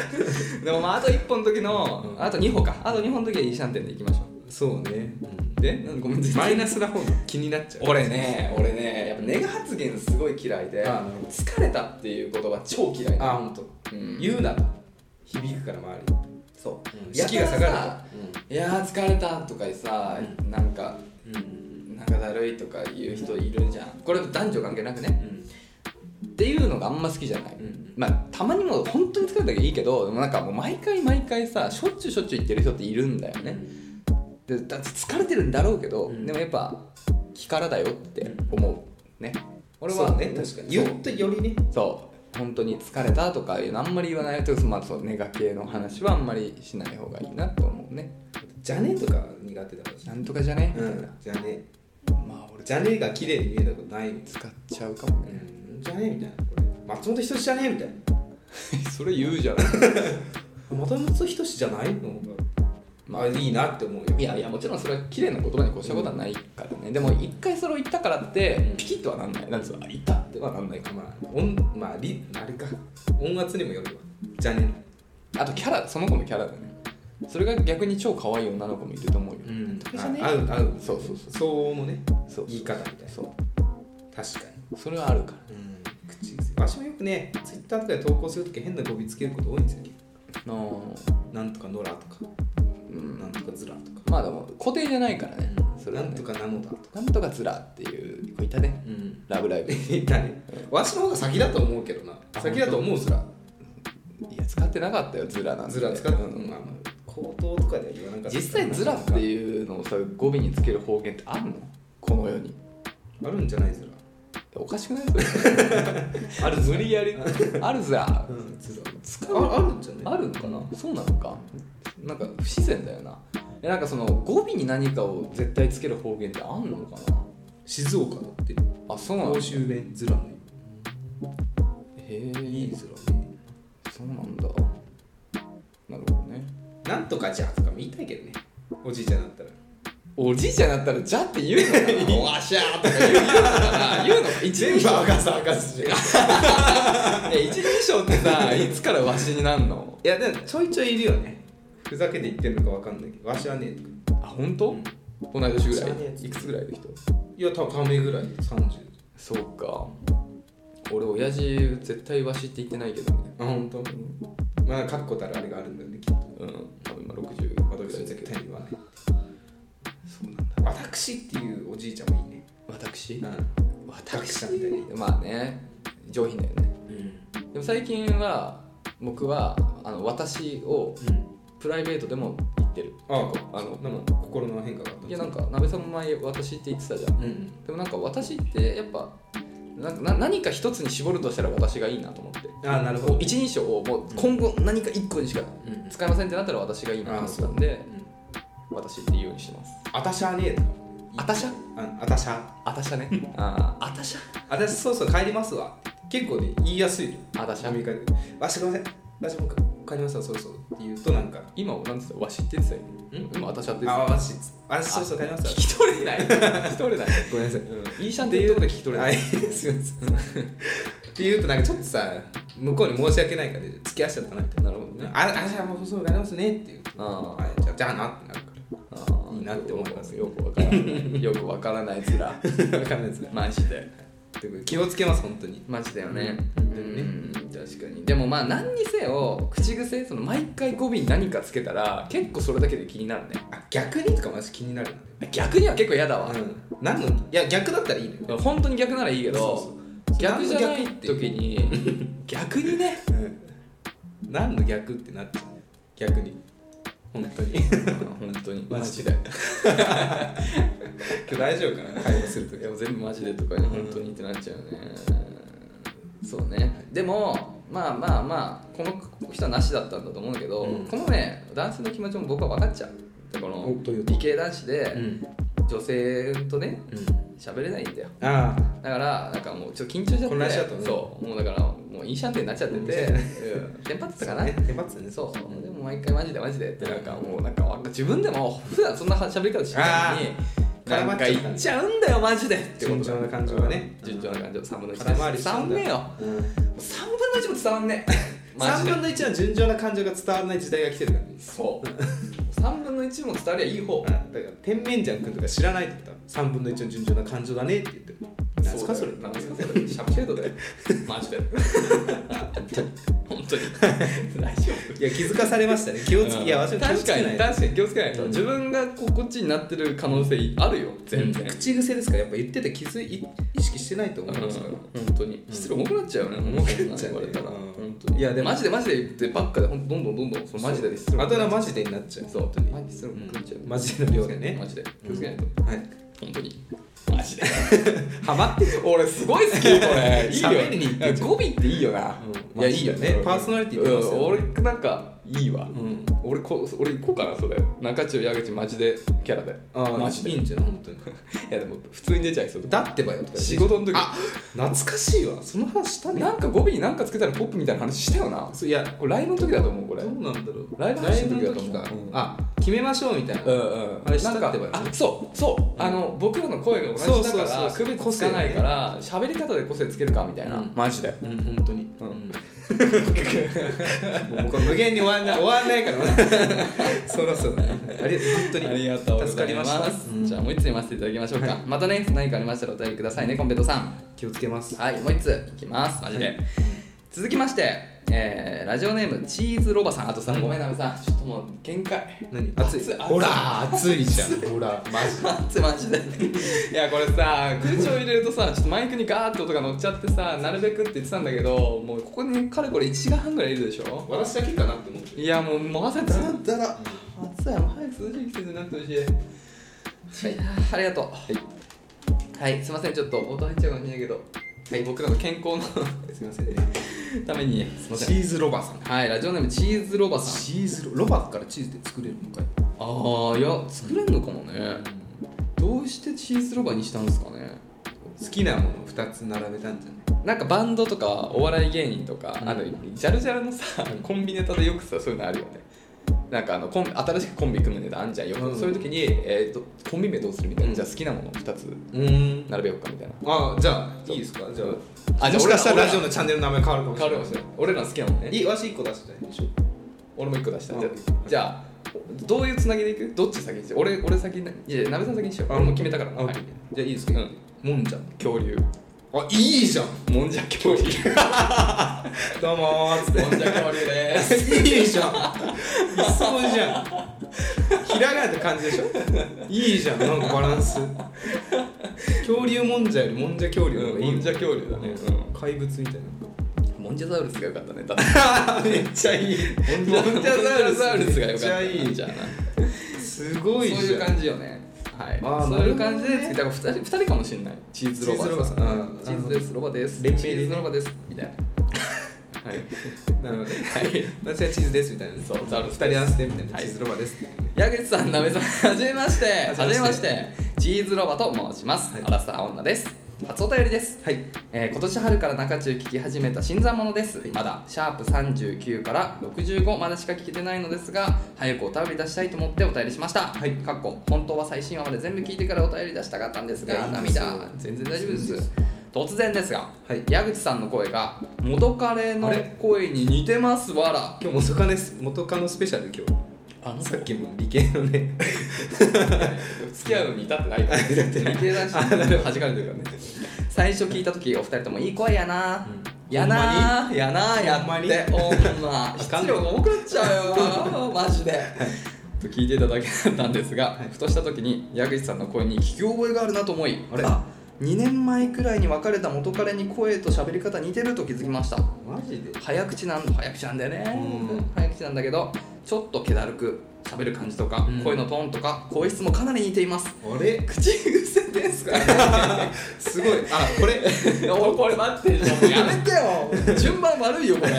Speaker 2: でもまああと一歩の時の
Speaker 1: うん
Speaker 2: あと二歩かあと二歩の時はいいシャンテンで行きましょ
Speaker 1: そうね、
Speaker 2: う。でなんかごめん全然
Speaker 1: マイナスな方が気になっちゃう
Speaker 2: 俺ね俺ねやっぱネガ発言すごい嫌いで
Speaker 1: あーなるほど
Speaker 2: 疲れたっていう言葉超嫌い
Speaker 1: あ
Speaker 2: な
Speaker 1: 本当、
Speaker 2: うん
Speaker 1: 言うなと響くから周
Speaker 2: そう
Speaker 1: りに、士
Speaker 2: やた
Speaker 1: 気
Speaker 2: ら
Speaker 1: が
Speaker 2: さ
Speaker 1: 下がるから
Speaker 2: いやー疲れたとかさなんかなんかだるいとか言う人いるじゃんこれ男女関係なくねっていうのがあんま好きじゃない、
Speaker 1: うん
Speaker 2: まあたまにも本当に疲れたけどいいけどでもなんかもう毎回毎回さしょっちゅうしょっちゅう言ってる人っているんだよね、でだって疲れてるんだろうけど、
Speaker 1: うん
Speaker 2: でもやっぱ気からだよって思うね俺
Speaker 1: 俺
Speaker 2: は
Speaker 1: はね確かに
Speaker 2: そ
Speaker 1: 言
Speaker 2: う
Speaker 1: ってよりね
Speaker 2: そう本当に疲れたとかいうのあんまり言わないとまあそうネガ系の話はあんまりしない方がいいなと思うね
Speaker 1: じゃねとか苦手だから
Speaker 2: なんとかじゃねみ
Speaker 1: う
Speaker 2: たいな、
Speaker 1: んじゃね
Speaker 2: まあ俺
Speaker 1: じゃねが綺麗に見えたことないもん
Speaker 2: 使っちゃうかもね、
Speaker 1: じゃねみたいなこれ松本人志じゃねみたいな
Speaker 2: それ言うじゃん
Speaker 1: 又松仁じゃないの方がまあいいなって思うよ
Speaker 2: いやいやもちろんそれは綺麗な言葉に越したことはないからね、でも一回それを言ったからっ
Speaker 1: う
Speaker 2: て
Speaker 1: ん
Speaker 2: ピキッとはなんないなんつうのあ言ったってはなんないか
Speaker 1: まあ音まありあれか音圧にもよるわじゃね
Speaker 2: あとキャラその子のキャラだねそれが逆に超可愛い女の子もいると思うよ、
Speaker 1: うん
Speaker 2: じゃね
Speaker 1: 合う合う
Speaker 2: そうそうそう
Speaker 1: 相応のね
Speaker 2: そう
Speaker 1: 言い方みたいな
Speaker 2: そ
Speaker 1: 確かに
Speaker 2: うそれはあるか
Speaker 1: うん口癖私もよくねツイッターとかで投稿するとき変な語尾つけること多いんですよね
Speaker 2: らの
Speaker 1: なんとかのらとか
Speaker 2: うん
Speaker 1: なんとかずらとか
Speaker 2: まあでも固定じゃないからねそれ
Speaker 1: な
Speaker 2: はね
Speaker 1: んとかなのだとか
Speaker 2: なんとかずらっていう子いたね
Speaker 1: うん
Speaker 2: ラブライブい
Speaker 1: 誰わしの方が先だと思うけどな先だと思うずら
Speaker 2: や使ってなかったよズラなんて
Speaker 1: ずら使って
Speaker 2: うん
Speaker 1: まあまあ口頭とかでは言わなかった
Speaker 2: 実際ズラっていうのをさ語尾につける方言ってあるのこの世に
Speaker 1: あるんじゃないずら
Speaker 2: おかしくない それある無理やりあるザ
Speaker 1: うんずら
Speaker 2: 使
Speaker 1: ああるんじゃない
Speaker 2: あるのかなそうなのかなんか不自然だよなえなんかその語尾に何かを絶対つける方言ってあんのか
Speaker 1: 静岡だって
Speaker 2: なあそうなの
Speaker 1: 公
Speaker 2: へ
Speaker 1: 衆弁ずらの
Speaker 2: え
Speaker 1: いいずらね
Speaker 2: そうなんだなるほどね
Speaker 1: なんとかじゃとかも言いたいけどねおじいちゃんだったら
Speaker 2: おじいちゃんだったら「じゃ」って言うのかな おわしゃーとか言う言うのかな言うのか一人称
Speaker 1: 明かす明かすじゃんい
Speaker 2: え一人称ってさいつからわしになんの
Speaker 1: やでもちょいちょいいるよねふざけて言ってるのかわかんないけどわしはねえとか
Speaker 2: あ本当、同い年ぐら
Speaker 1: 知らねえやつ
Speaker 2: いいくつぐらいの人
Speaker 1: いやたためぐらい30
Speaker 2: そうか俺親父絶対わしって言ってないけどね
Speaker 1: あ本当まあ確固たるあれがあるんだよねきっと
Speaker 2: うん多分今60
Speaker 1: 私は絶対に言わない
Speaker 2: そうなんだ
Speaker 1: 私っていうおじいちゃんもいいね
Speaker 2: 私
Speaker 1: う
Speaker 2: 私
Speaker 1: 私みたい
Speaker 2: まあね上品だよね
Speaker 1: んうん
Speaker 2: でも最近は僕はあの私をプライベートでも言ってる
Speaker 1: あ
Speaker 2: あの
Speaker 1: なんか心の変化があった
Speaker 2: いやなんか鍋さんも前私って言ってたじゃん
Speaker 1: うん
Speaker 2: でもなんか私ってやっぱなな何か一つに絞るとしたら私がいいなと思って
Speaker 1: あなるほ
Speaker 2: こ
Speaker 1: ど
Speaker 2: う一人称をもう今後何か一個にしか
Speaker 1: うんうん
Speaker 2: 使えませんってなったら私がいいなと思ってたんで私って言うようにしてます
Speaker 1: あたしゃねえとか
Speaker 2: あたしゃ
Speaker 1: ああたしゃ
Speaker 2: あたしゃねあーあたしゃ
Speaker 1: あたしそうそう帰りますわ結構ね言いやすいよ
Speaker 2: あたしゃ
Speaker 1: アメリカで「わしごめんなさい私も帰りますわそろそろ」って言うとなんか「
Speaker 2: 今なんつったわしって言ってたよね今あたしゃって言
Speaker 1: あ
Speaker 2: って
Speaker 1: わしわしそろそろ帰りますわ
Speaker 2: た聞」き取れない聞き取れない
Speaker 1: ごめんなさい
Speaker 2: いいシャンって言うとこで聞き取れ
Speaker 1: は
Speaker 2: ない
Speaker 1: い、 すいません。って言うと、なんかちょっとさ、向こうに申し訳ないから、付き合っちゃったなみたいな。
Speaker 2: なるほどね
Speaker 1: あ、あ、じゃあもうそうなりますねっていう。
Speaker 2: あー
Speaker 1: はい、じゃあ、じゃあなってなるか
Speaker 2: あー
Speaker 1: いいなって思います
Speaker 2: よくわからないよくわからないつら
Speaker 1: ら。わかんないですね。
Speaker 2: マジで
Speaker 1: ということで気をつけます、本当に。
Speaker 2: マジだよね
Speaker 1: う
Speaker 2: うんん、確かにでもまあ何にせよ口癖その毎回語尾に何かつけたら結構それだけで気になるね
Speaker 1: あ、逆にとか、私気になる
Speaker 2: 逆には結構嫌だわ
Speaker 1: な。、うん。何の、いや、逆だったらいいのよ。
Speaker 2: 本当に逆ならいいけど
Speaker 1: そう
Speaker 2: 逆じゃない
Speaker 1: 何の
Speaker 2: 時に逆にね
Speaker 1: うん。何の逆ってなっちゃう。逆に。本当に。今
Speaker 2: 本当に
Speaker 1: マ
Speaker 2: マ
Speaker 1: ジ
Speaker 2: ジ
Speaker 1: で
Speaker 2: で
Speaker 1: 日大丈夫かな会話すると
Speaker 2: いやもう全部マジでとかに本当にってなっちゃうねそうねでもまあまあまあこの人はなしだったんだと思うんだけど、
Speaker 1: うん
Speaker 2: このね男性の気持ちも僕は分かっちゃうだから
Speaker 1: おどういうこと
Speaker 2: 理系男子で
Speaker 1: うん。
Speaker 2: 女性とね
Speaker 1: うん。
Speaker 2: 喋れないんだよ
Speaker 1: ああ。
Speaker 2: だからなんかもうちょっと緊張しちゃって
Speaker 1: 混乱しちゃったね
Speaker 2: そうもうだからもう飲酒店になっちゃってて、うん、テンパってたかな
Speaker 1: ね手間つね。
Speaker 2: そうそうでも毎回マジでマジでってなんかもうなんかわ自分でも普段そんな喋り方しないのに
Speaker 1: あー
Speaker 2: なんか言っちゃうんだよマジでってこと
Speaker 1: 順調な感情がね
Speaker 2: うん順調な感情3分の1
Speaker 1: 空回りしちゃう
Speaker 2: 3
Speaker 1: ん
Speaker 2: 分
Speaker 1: だ
Speaker 2: 目よもう3分の1も伝わんねえマ
Speaker 1: 3
Speaker 2: ジで
Speaker 1: 分の1の順調な感情が伝わらない時代が来てるからね
Speaker 2: そう3分の1も伝わりゃいい方
Speaker 1: だから天面ジャン君とか知らないって言った3分の1の順調な感情だねって言ってる何すかそれ
Speaker 2: 何すかそれシャープシェードだよマジで本当に大丈夫
Speaker 1: いや気づかされましたね気をつけいや私も気を
Speaker 2: 確
Speaker 1: つけ
Speaker 2: か
Speaker 1: ない
Speaker 2: に確かに気をつけないと、
Speaker 1: うん
Speaker 2: 自分がこうこっちになってる可能性あるよ全然、
Speaker 1: 口癖ですからやっぱ言ってて気づい意識してないと思いますから
Speaker 2: うん本当に失礼重くなっちゃうよね、
Speaker 1: ん
Speaker 2: 重くなっちゃ
Speaker 1: 重くなっ
Speaker 2: う言われ
Speaker 1: ちゃ
Speaker 2: た
Speaker 1: う
Speaker 2: ら、
Speaker 1: ねうん
Speaker 2: 本当にいやでもマジでマジで言ってばっかでほんどんどんどんどんそのマジで失礼
Speaker 1: あだ名マジでになっちゃう
Speaker 2: そう本当にマジで失礼重くなっちゃう、
Speaker 1: うんマジでの量でね
Speaker 2: マジで気をつけないと、
Speaker 1: はい
Speaker 2: 本当にマジで
Speaker 1: ハマってる
Speaker 2: 俺すごい好きこれいいよ
Speaker 1: 喋りに行ってんじゃん
Speaker 2: 語尾っていいよな、
Speaker 1: うん
Speaker 2: いやいいよね
Speaker 1: パーソナリティってますよ
Speaker 2: うん俺なんかいいわ、
Speaker 1: うん
Speaker 2: 俺こ俺行こうかなそれ中中矢口マジでキャラで
Speaker 1: ああ
Speaker 2: マジで
Speaker 1: いい
Speaker 2: い
Speaker 1: んじゃない本当に
Speaker 2: やでも普通に出ちゃいそう
Speaker 1: だってばよとか
Speaker 2: 仕事の時
Speaker 1: あ懐かしいわその話したね
Speaker 2: なんか語尾になんかつけたらポップみたいな話したよな
Speaker 1: そういや
Speaker 2: これライブの時だと思うこれ
Speaker 1: どうなんだろう
Speaker 2: ライブ配信の時だと思う
Speaker 1: ライブの時か
Speaker 2: うん
Speaker 1: あ決めましょうみたいな、
Speaker 2: うんうん
Speaker 1: あれした
Speaker 2: な
Speaker 1: っ
Speaker 2: ん
Speaker 1: てば
Speaker 2: か
Speaker 1: よね
Speaker 2: あそうそう、
Speaker 1: うん
Speaker 2: あの僕らの声が同じだか
Speaker 1: そうそうそう
Speaker 2: ら
Speaker 1: そう
Speaker 2: 区別つかないから喋り方で個性つけるかみたいな、
Speaker 1: うん
Speaker 2: マジで
Speaker 1: うん本当に、
Speaker 2: う
Speaker 1: うんん、 もうこれ無限に終わんない終わんないからね そろそろありがとう本当に
Speaker 2: ありがとうございます
Speaker 1: 助かりましたうん
Speaker 2: じゃあもう一つ読ませていただきましょうか、またね何かありましたらお便りくださいねコンペトさん
Speaker 1: 気をつけます
Speaker 2: はいもう一ついきますマジで、
Speaker 1: はい
Speaker 2: 続きまして、えーラジオネームチーズロバさんあとさ、
Speaker 1: うん
Speaker 2: ごめんなめさんちょっともう限界
Speaker 1: 何熱い
Speaker 2: 熱い
Speaker 1: ほら熱いじゃんほらマジ
Speaker 2: 熱いマジでいやこれさ空調入れるとさちょっとマイクにガーッと音が乗っちゃってさなるべくって言ってたんだけどもうここにかれこれ1時間半ぐらいいるでしょ
Speaker 1: 私だけかなって思って
Speaker 2: いやもうもう汗ずっだら暑いもう早く涼しい季節になってほしいはいありがとうはい、すいませんちょっと音入っちゃうかもしれないけどはい僕らの健康の
Speaker 1: すいません
Speaker 2: ためにすいま
Speaker 1: チ
Speaker 2: せん
Speaker 1: ーズロバさん
Speaker 2: はいラジオネームチーズロバさん
Speaker 1: チーズロロバからチーズで作れるのかい
Speaker 2: ああいや作れんのかもねどうしてチーズロバにしたんですかね
Speaker 1: 好きなものを2つ並べたんじゃない
Speaker 2: なんかバンドとかお笑い芸人とか、
Speaker 1: うん
Speaker 2: あのジャルジャルのさ コンビネタでよくさそういうのあるよねなんかあのコンビ新しくコンビ組むネタあんじゃんよく、
Speaker 1: うん
Speaker 2: そういう時に、えー、とコンビ名どうするみたいな、
Speaker 1: うん
Speaker 2: じゃあ好きなもの2つ
Speaker 1: うん
Speaker 2: 並べようかみたいな
Speaker 1: あじゃあいいですかじゃあ
Speaker 2: あじ
Speaker 1: も
Speaker 2: ゃあ
Speaker 1: しかしたら
Speaker 2: 俺ら
Speaker 1: ラジオのチャンネルの名前変わるかもし
Speaker 2: 変わ
Speaker 1: れ
Speaker 2: る
Speaker 1: ない
Speaker 2: かもしれない俺らの好きなもんね
Speaker 1: いいわし1個出したいでしょ
Speaker 2: 俺も1個出した
Speaker 1: うん
Speaker 2: じゃあじゃあどういうつなぎでいくどっち先にしよう俺俺先にいやなべさん先にしよう俺もう決めたから、
Speaker 1: あ
Speaker 2: はい
Speaker 1: OK じゃあいいですか
Speaker 2: うん
Speaker 1: もんじゃん
Speaker 2: 恐竜
Speaker 1: あいいじゃん
Speaker 2: もんじゃ恐竜
Speaker 1: どうもーっつ
Speaker 2: もんじゃ恐竜でーす
Speaker 1: って いいじゃんいそうじゃんひらがなって感じでしょいいじゃんなんかバランス恐竜もんじゃよりもんじゃ恐竜の方がいいよ
Speaker 2: うんもんじゃ恐竜だねうん
Speaker 1: 怪物みたいな
Speaker 2: もんじゃザウルスがよかったねだ って
Speaker 1: めっちゃいい
Speaker 2: モンジャザウルスが
Speaker 1: め
Speaker 2: 良かった
Speaker 1: っちゃいい
Speaker 2: じゃあな
Speaker 1: す
Speaker 2: そ
Speaker 1: ご
Speaker 2: う
Speaker 1: いじゃん
Speaker 2: いう感じよねはい
Speaker 1: あー
Speaker 2: そういう感じで
Speaker 1: なるほどね
Speaker 2: だから2人二人かもしれないチーズロバ
Speaker 1: チーズロバさん
Speaker 2: うんチ
Speaker 1: あーなる
Speaker 2: ー
Speaker 1: ほ
Speaker 2: ズ
Speaker 1: ど
Speaker 2: ですロバですチ
Speaker 1: 連名でね
Speaker 2: ーズロバですみたいな はい
Speaker 1: なるほど
Speaker 2: はい
Speaker 1: 私はチーズですみたいな
Speaker 2: そうザウル
Speaker 1: 二
Speaker 2: ス
Speaker 1: 人合わせてみたいな、
Speaker 2: はい
Speaker 1: チーズロバです
Speaker 2: 矢口さん、なべさん、はじめまして。は
Speaker 1: は
Speaker 2: じ
Speaker 1: じ
Speaker 2: め
Speaker 1: め
Speaker 2: ま
Speaker 1: ま
Speaker 2: し
Speaker 1: して
Speaker 2: て。チーズロバと申します。
Speaker 1: はい
Speaker 2: アラサー女です。初お便りです。
Speaker 1: はい
Speaker 2: えー今年春から中中聞き始めた新参者です、まだシャープ39から65までしか聞けてないのですが早くお便り出したいと思ってお便りしました、
Speaker 1: はい
Speaker 2: かっこ本当は最新話まで全部聞いてからお便り出したかったんですが
Speaker 1: いやいいですよ
Speaker 2: 涙全然大丈夫です
Speaker 1: いいです
Speaker 2: 突然ですが、
Speaker 1: はい
Speaker 2: 矢口さんの声が元カレの声に似てますわら
Speaker 1: 今日元カノス元カノスペシャル今
Speaker 2: あの
Speaker 1: 日さっきも理系のね
Speaker 2: 付き合うに至って ないから理系だし弾かれてるからね最初聞いた時お二人ともいい声やな、
Speaker 1: うん
Speaker 2: やなーやなーや
Speaker 1: ほんま
Speaker 2: っ
Speaker 1: に
Speaker 2: てほん ま質量が重くなっちゃ うよマジで、と聞いていただけだったんですが、ふとした時に矢口さんの声に聞き覚えがあるなと思い
Speaker 1: あれ
Speaker 2: 2年前くらいに別れた元彼に声と喋り方似てると気づきました
Speaker 1: マジで
Speaker 2: 早口なん早口なんだよね、
Speaker 1: うん
Speaker 2: 早口なんだけどちょっと気だるく喋る感じとか、
Speaker 1: うん
Speaker 2: 声のトーンとか声質もかなり似ています
Speaker 1: あれ
Speaker 2: 口癖ですか
Speaker 1: すごいあこれ
Speaker 2: おこれ待ってじゃあも うやめてよ順番悪いよ これ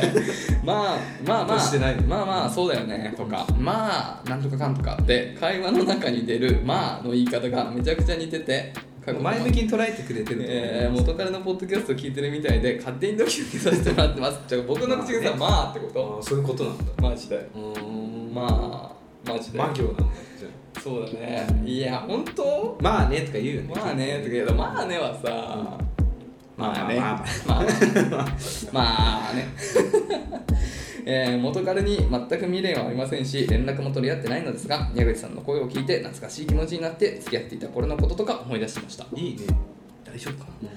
Speaker 2: まあまあ
Speaker 1: 落
Speaker 2: ま
Speaker 1: としてな
Speaker 2: あ
Speaker 1: いの
Speaker 2: まあまあそうだよねとかまあなんとかかんとかって会話の中に出る「まあ」の言い方がめちゃくちゃ似てて
Speaker 1: 前向きに捉えてくれてると思う
Speaker 2: えー、元からのポッドキャストを聞いてるみたいで勝手にドキドキさせてもらってますじゃあ僕の口癖は「まあ」ってこと
Speaker 1: あーそういうことなんだ
Speaker 2: マジで
Speaker 1: うーんま
Speaker 2: まあマジ
Speaker 1: あ
Speaker 2: で
Speaker 1: 魔行なんだじゃ
Speaker 2: そうだねいや本当
Speaker 1: あまあねとか言うよね
Speaker 2: まあねとか言うけどまあねはさ、
Speaker 1: まあね
Speaker 2: まあまあまあね えー元彼に全く未練はありませんし連絡も取り合ってないのですが矢口さんの声を聞いて懐かしい気持ちになって付き合っていた頃のこととか思い出しました
Speaker 1: いいね
Speaker 2: 大丈夫かな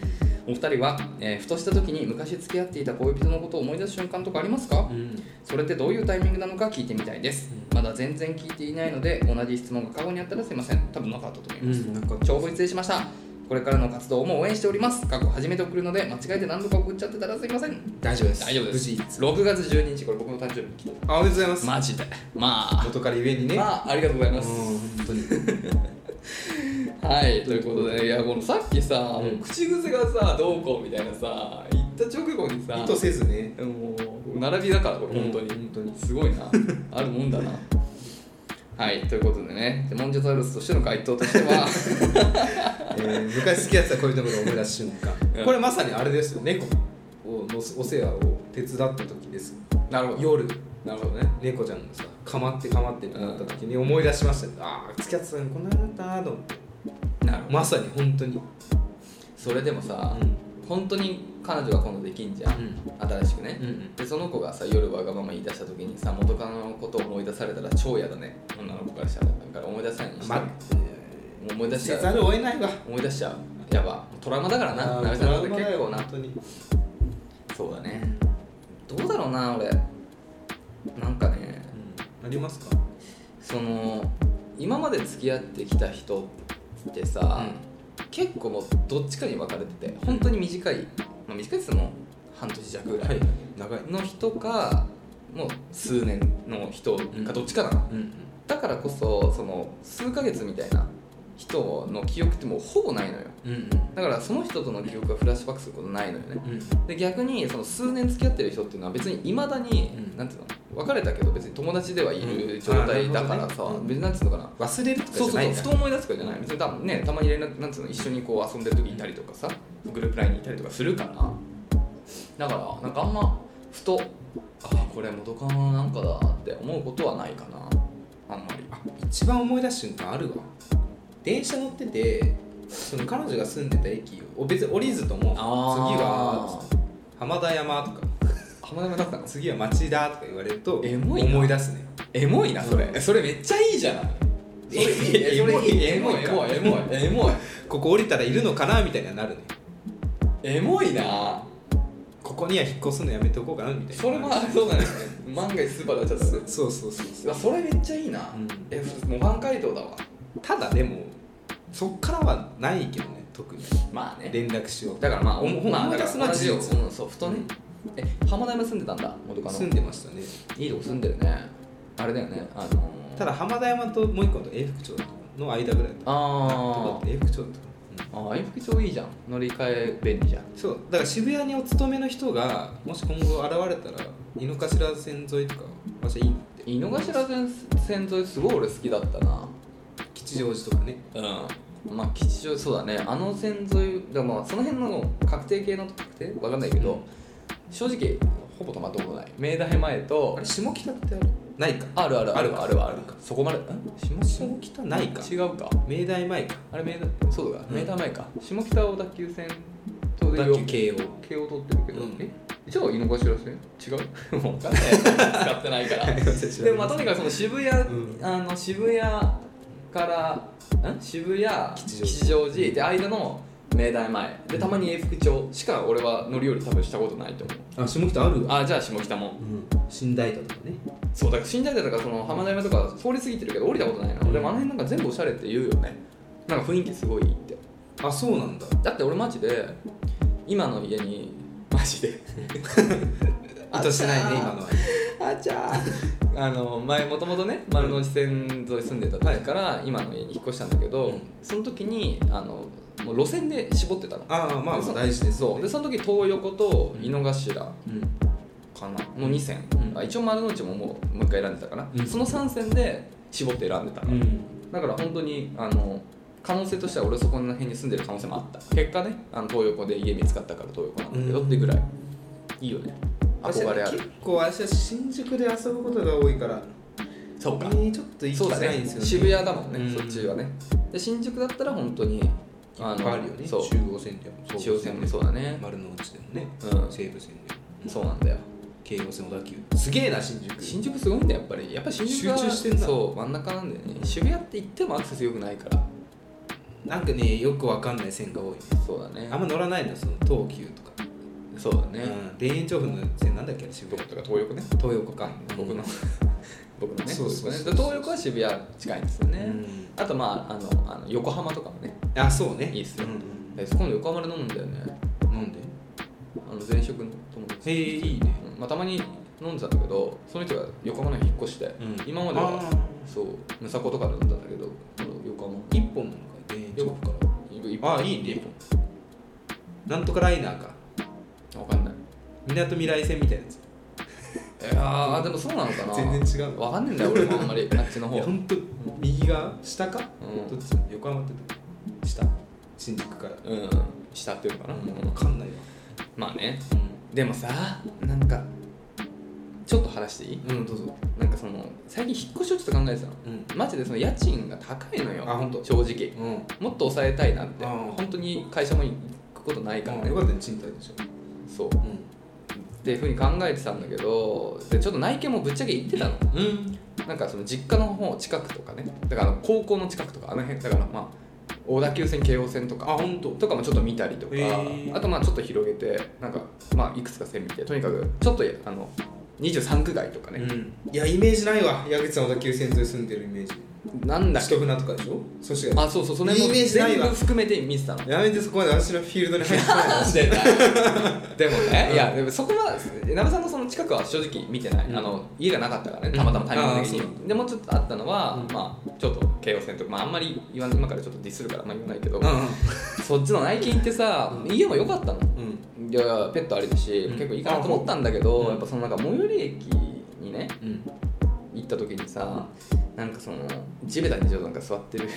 Speaker 2: お二人は、えーふとした時に昔付き合っていた恋人のことを思い出す瞬間とかありますか、
Speaker 1: うん
Speaker 2: それってどういうタイミングなのか聞いてみたいです、
Speaker 1: うん
Speaker 2: まだ全然聞いていないので同じ質問が過去にあったらすいません多分なかったと思います、
Speaker 1: うんなんか
Speaker 2: 長文失礼しましたこれからの活動も応援しております過去初めて送るので間違えて何度か送っちゃってたらすいません
Speaker 1: 大丈夫です
Speaker 2: 大丈夫で
Speaker 1: 無
Speaker 2: す
Speaker 1: 事
Speaker 2: 6月12日これ僕の誕生日
Speaker 1: あおめでとうございます
Speaker 2: マジでまあ
Speaker 1: 元からゆえにね
Speaker 2: まあありがとうござ
Speaker 1: う
Speaker 2: い
Speaker 1: ん
Speaker 2: ます、
Speaker 1: 本当に
Speaker 2: はいということでいやこのさっきさ、もう
Speaker 1: うん
Speaker 2: 口癖がさどうこうみたいなさ言った直後にさ
Speaker 1: 意図せずね
Speaker 2: もう並びだからこれ本当に、
Speaker 1: うん本当に
Speaker 2: すごい なあるもんだなはいということでねじゃあモンジャザウルスとしての回答としては
Speaker 1: えー昔好きやった恋のことを思い出す瞬間
Speaker 2: うん
Speaker 1: これまさにあれですよ猫をのお世話を手伝った時です
Speaker 2: なるほど
Speaker 1: 夜
Speaker 2: なるほどね
Speaker 1: 猫ちゃんがさかまってかまってってなった時に思い出しました、ああ付き合ってたのにこんなになったなと思って
Speaker 2: なるほど、
Speaker 1: まさに本当に
Speaker 2: それでもさ、本当に彼女が今度できんじゃん、新しくね、でその子がさ夜わがまま言い出した時にさ元カノのことを思い出されたら超嫌だね女の子からしたらだから思い出さないにして、
Speaker 1: ま
Speaker 2: 思い出し
Speaker 1: せ
Speaker 2: た
Speaker 1: ざ
Speaker 2: ら
Speaker 1: るを得ないわ
Speaker 2: 思い出しちゃうやばトラウマだからななめさんのこと結構な
Speaker 1: 本当に
Speaker 2: そうだねどうだろうな俺なんかね
Speaker 1: ありますか
Speaker 2: その今まで付き合ってきた人ってさ、結構もうどっちかに分かれてて本当に短い、まあ、短いっつっても半年弱ぐらい
Speaker 1: 長い
Speaker 2: の人かもう数年の人かどっちかなの、
Speaker 1: うん
Speaker 2: だからこそその数ヶ月みたいな人の記憶ってもうほぼないのよ
Speaker 1: うん
Speaker 2: だからその人との記憶がフラッシュバックすることないのよね
Speaker 1: うん
Speaker 2: で逆にその数年付き合ってる人っていうのは別にいまだに、
Speaker 1: うん
Speaker 2: なんていうの別れたけど別に友達ではいる状態だからさ、
Speaker 1: うんあーなるほどねうん
Speaker 2: 別になんていうのかな
Speaker 1: 忘れるとかじ
Speaker 2: そう
Speaker 1: ゃ
Speaker 2: そ
Speaker 1: な
Speaker 2: うそう
Speaker 1: いん
Speaker 2: ふ
Speaker 1: だ
Speaker 2: と思い出すとかじゃない別に多分ねたまに連絡なんつうの一緒にこう遊んでる時いたりとかさグループラインにいたりとかするからだからなんかあんまふとああこれ元カノなんかだって思うことはないかなあんまり
Speaker 1: あ一番思い出す瞬間あるわ電車乗っててその彼女が住んでた駅を別に降りずとも次は浜田山とか
Speaker 2: 浜山だったの
Speaker 1: 次は町田とか言われると
Speaker 2: エモいな
Speaker 1: 思い出すね
Speaker 2: エモいなそれ、
Speaker 1: う
Speaker 2: それめっちゃいいじゃない
Speaker 1: ええ
Speaker 2: それいい
Speaker 1: エ
Speaker 2: エ
Speaker 1: モ
Speaker 2: モ
Speaker 1: い
Speaker 2: いエモいエモいエモい
Speaker 1: ここ降りたらいるのかなみたいにはなるね
Speaker 2: エモいな
Speaker 1: ここには引っ越すのやめておこうかなみたいな
Speaker 2: それもあそうだね万が一スーパーだっちゃった
Speaker 1: そうそうそうそう
Speaker 2: らそれめっちゃいいな、
Speaker 1: うん
Speaker 2: え模範解答だわ
Speaker 1: ただでもそっからはないけどね特に
Speaker 2: まあね
Speaker 1: 連絡しよう
Speaker 2: だからまあ、
Speaker 1: おも
Speaker 2: まあ、
Speaker 1: 思い出すのは事実
Speaker 2: うん、そう、ふとね。え、浜田山住んでたんだ、元カノ。
Speaker 1: 住んでましたね
Speaker 2: いいとこ住んでるね。あれだよね、あのー、
Speaker 1: ただ浜田山ともう一個の永福町の間ぐらいだった
Speaker 2: あー
Speaker 1: 永福町だったかなうん
Speaker 2: あー、永福町いいじゃん。乗り換え便利じゃん。
Speaker 1: そうだから渋谷にお勤めの人がもし今後現れたら井の頭線沿いとか私いいって
Speaker 2: 井の頭線線沿い、すごい俺好きだったな。
Speaker 1: 吉祥寺とかね
Speaker 2: うん。まあ、吉祥、そうだね、あの線沿い、だからまあ、その辺の確定系の確定わかんないけど、
Speaker 1: うん
Speaker 2: 正直、ほぼ止まったことない。明大前と
Speaker 1: あれ、下北ってあるないか
Speaker 2: あるあるある
Speaker 1: ある
Speaker 2: あるあるそこまで、ん下
Speaker 1: 下北ないか
Speaker 2: 違うか。
Speaker 1: 明大前か
Speaker 2: あれ明大そうだ、
Speaker 1: うん
Speaker 2: メーター前か下北小田急線とで
Speaker 1: 小田急 京王
Speaker 2: 京王通ってるけど、
Speaker 1: うん
Speaker 2: えじゃあ井の頭線違う もう分 かんない使ってないからでもまあとにかくその渋谷、
Speaker 1: うん
Speaker 2: あの渋谷からん渋谷
Speaker 1: 吉
Speaker 2: 吉
Speaker 1: 祥寺
Speaker 2: 祥寺で間の明大前でたまに永福町しか俺は乗り降り多分したことないと思う
Speaker 1: あ下北ある
Speaker 2: あじゃあ下北も
Speaker 1: うん新大田とかね
Speaker 2: そうだから新大田とかその浜田山とか通り過ぎてるけど降りたことないな、でもあの辺なんか全部おしゃれって言うよねなんか雰囲気すごいいいって
Speaker 1: あそうなんだ
Speaker 2: だって俺マジで今の家にマジで
Speaker 1: 意図してないね今のは
Speaker 2: あちゃーあの前もともとね丸の内線沿い住んでた時から、今の家に引っ越したんだけど、
Speaker 1: うん
Speaker 2: その時にあのもう路線で絞ってたの
Speaker 1: ああまあま
Speaker 2: でそ
Speaker 1: あ大事です
Speaker 2: そうでその時東横と井の頭か
Speaker 1: うん
Speaker 2: なの2線、
Speaker 1: うん
Speaker 2: あ一応丸の内ももうもう一回選んでたから、
Speaker 1: うん
Speaker 2: その3線で絞って選んでたの、
Speaker 1: うん
Speaker 2: だから本当にあの可能性としては俺そこの辺に住んでる可能性もあった結果ねあの東横で家見つかったから東横なんだけど
Speaker 1: うん
Speaker 2: ってぐらいいいよね憧れあ
Speaker 1: 私
Speaker 2: る
Speaker 1: は結構私は新宿で遊ぶことが多いから
Speaker 2: そうか
Speaker 1: えーちょっと行き
Speaker 2: そうだ
Speaker 1: づらいん
Speaker 2: ね
Speaker 1: ですよね
Speaker 2: 渋谷だもんね、
Speaker 1: うん
Speaker 2: そっちはねで新宿だったら本当に
Speaker 1: あのあるよね中
Speaker 2: そう
Speaker 1: 央線でも
Speaker 2: 中央線もそうだね
Speaker 1: 丸の内でもね、
Speaker 2: うん
Speaker 1: 西武線でも
Speaker 2: そうなんだよ
Speaker 1: 京王線小田急すげえな新宿
Speaker 2: 新宿すごいんだよやっぱりやっぱ新宿が
Speaker 1: 集中してんだ
Speaker 2: そう真ん中なんだよね渋谷って行ってもアクセス良くないから
Speaker 1: なんかねよくわかんない線が多い
Speaker 2: そうだね
Speaker 1: あんま乗らないのその東急とか、
Speaker 2: そうだ
Speaker 1: う
Speaker 2: ね、
Speaker 1: ん、田園調布の線なんだっけ渋
Speaker 2: 僕
Speaker 1: 谷
Speaker 2: とか東横ね
Speaker 1: 東横か
Speaker 2: 僕の 僕のね
Speaker 1: そうそうそう
Speaker 2: 僕のねで東横は渋谷近いんですよね、
Speaker 1: うん
Speaker 2: あとまああのあの横浜とかもね
Speaker 1: あそうね
Speaker 2: いいっすよ
Speaker 1: うん
Speaker 2: え今度横浜で飲むんだよね
Speaker 1: なんで
Speaker 2: あの前職の友達
Speaker 1: へえいいね
Speaker 2: うんまあ、たまに飲んでたんだけどその人が横浜の方に引っ越して、
Speaker 1: うん
Speaker 2: 今まで
Speaker 1: あ
Speaker 2: は
Speaker 1: ー
Speaker 2: そうむさことかで飲んだんだけど今度横浜
Speaker 1: 一本なのか田園調布から
Speaker 2: 一
Speaker 1: あーいいねなんとかライナーか
Speaker 2: 分かんない
Speaker 1: みなとみらい線みたいなやつ
Speaker 2: やーでもそうなのかな
Speaker 1: 全然違う
Speaker 2: わかんねえんだよ俺もあんまりあっちの
Speaker 1: い
Speaker 2: 方
Speaker 1: や本当右側下か、
Speaker 2: うん
Speaker 1: どっち横浜って下新宿から、
Speaker 2: うん下っていうのかな、
Speaker 1: もう分かんないわ
Speaker 2: まあね
Speaker 1: う
Speaker 2: でもさなんかちょっと話していい
Speaker 1: ん、どうぞ
Speaker 2: なんかその最近引っ越しをちょっと考えてたの
Speaker 1: うん
Speaker 2: マジでその家賃が高いのよ
Speaker 1: あ本当
Speaker 2: 正直
Speaker 1: うん
Speaker 2: もっと抑えたいなって
Speaker 1: あー
Speaker 2: 本当に会社も行くことないからね
Speaker 1: よかったね賃貸でしょ
Speaker 2: そう
Speaker 1: う
Speaker 2: っていうふうに考えてたんだけどでちょっと内見もぶっちゃけ行ってたの
Speaker 1: んうん
Speaker 2: なんかその実家の方近くとかねだから高校の近くとかあの辺だからまあ小田急線京王線とか
Speaker 1: あ本当
Speaker 2: とかもちょっと見たりとか、
Speaker 1: へー
Speaker 2: あとまあちょっと広げてなんかまあいくつか線見てとにかくちょっとあの23区外とかね、
Speaker 1: うんいやイメージないわ矢口さん小田急線沿い住んでるイメージ
Speaker 2: なんだっけ
Speaker 1: 一船とかでしょそして
Speaker 2: あそうそうそれ
Speaker 1: イ
Speaker 2: も
Speaker 1: メージない
Speaker 2: 全部
Speaker 1: わ
Speaker 2: 含めて見てたの
Speaker 1: やめてそこまで私のフィールドに入ってこない
Speaker 2: なんでだよでもね、いやでもそこは長さんのその近くは正直見てない、
Speaker 1: うん
Speaker 2: あの家がなかったからねたまたまタイミング的
Speaker 1: あーそう
Speaker 2: に、でもうちょっとあったのは、
Speaker 1: うん
Speaker 2: まあちょっと京王線とか、まあ、あんまり言わん今からちょっとディスるから、まあ、言わないけど、
Speaker 1: う
Speaker 2: そっちの内勤ってさ、
Speaker 1: うん
Speaker 2: 家も良かったの
Speaker 1: んうん
Speaker 2: いやペットあれだし、
Speaker 1: うん
Speaker 2: 結構いいかなと思ったんだけど、
Speaker 1: うん
Speaker 2: やっぱそのなんか最寄り駅にね
Speaker 1: うん
Speaker 2: 行った時にさなんかその地べたにちょっとなんか座ってる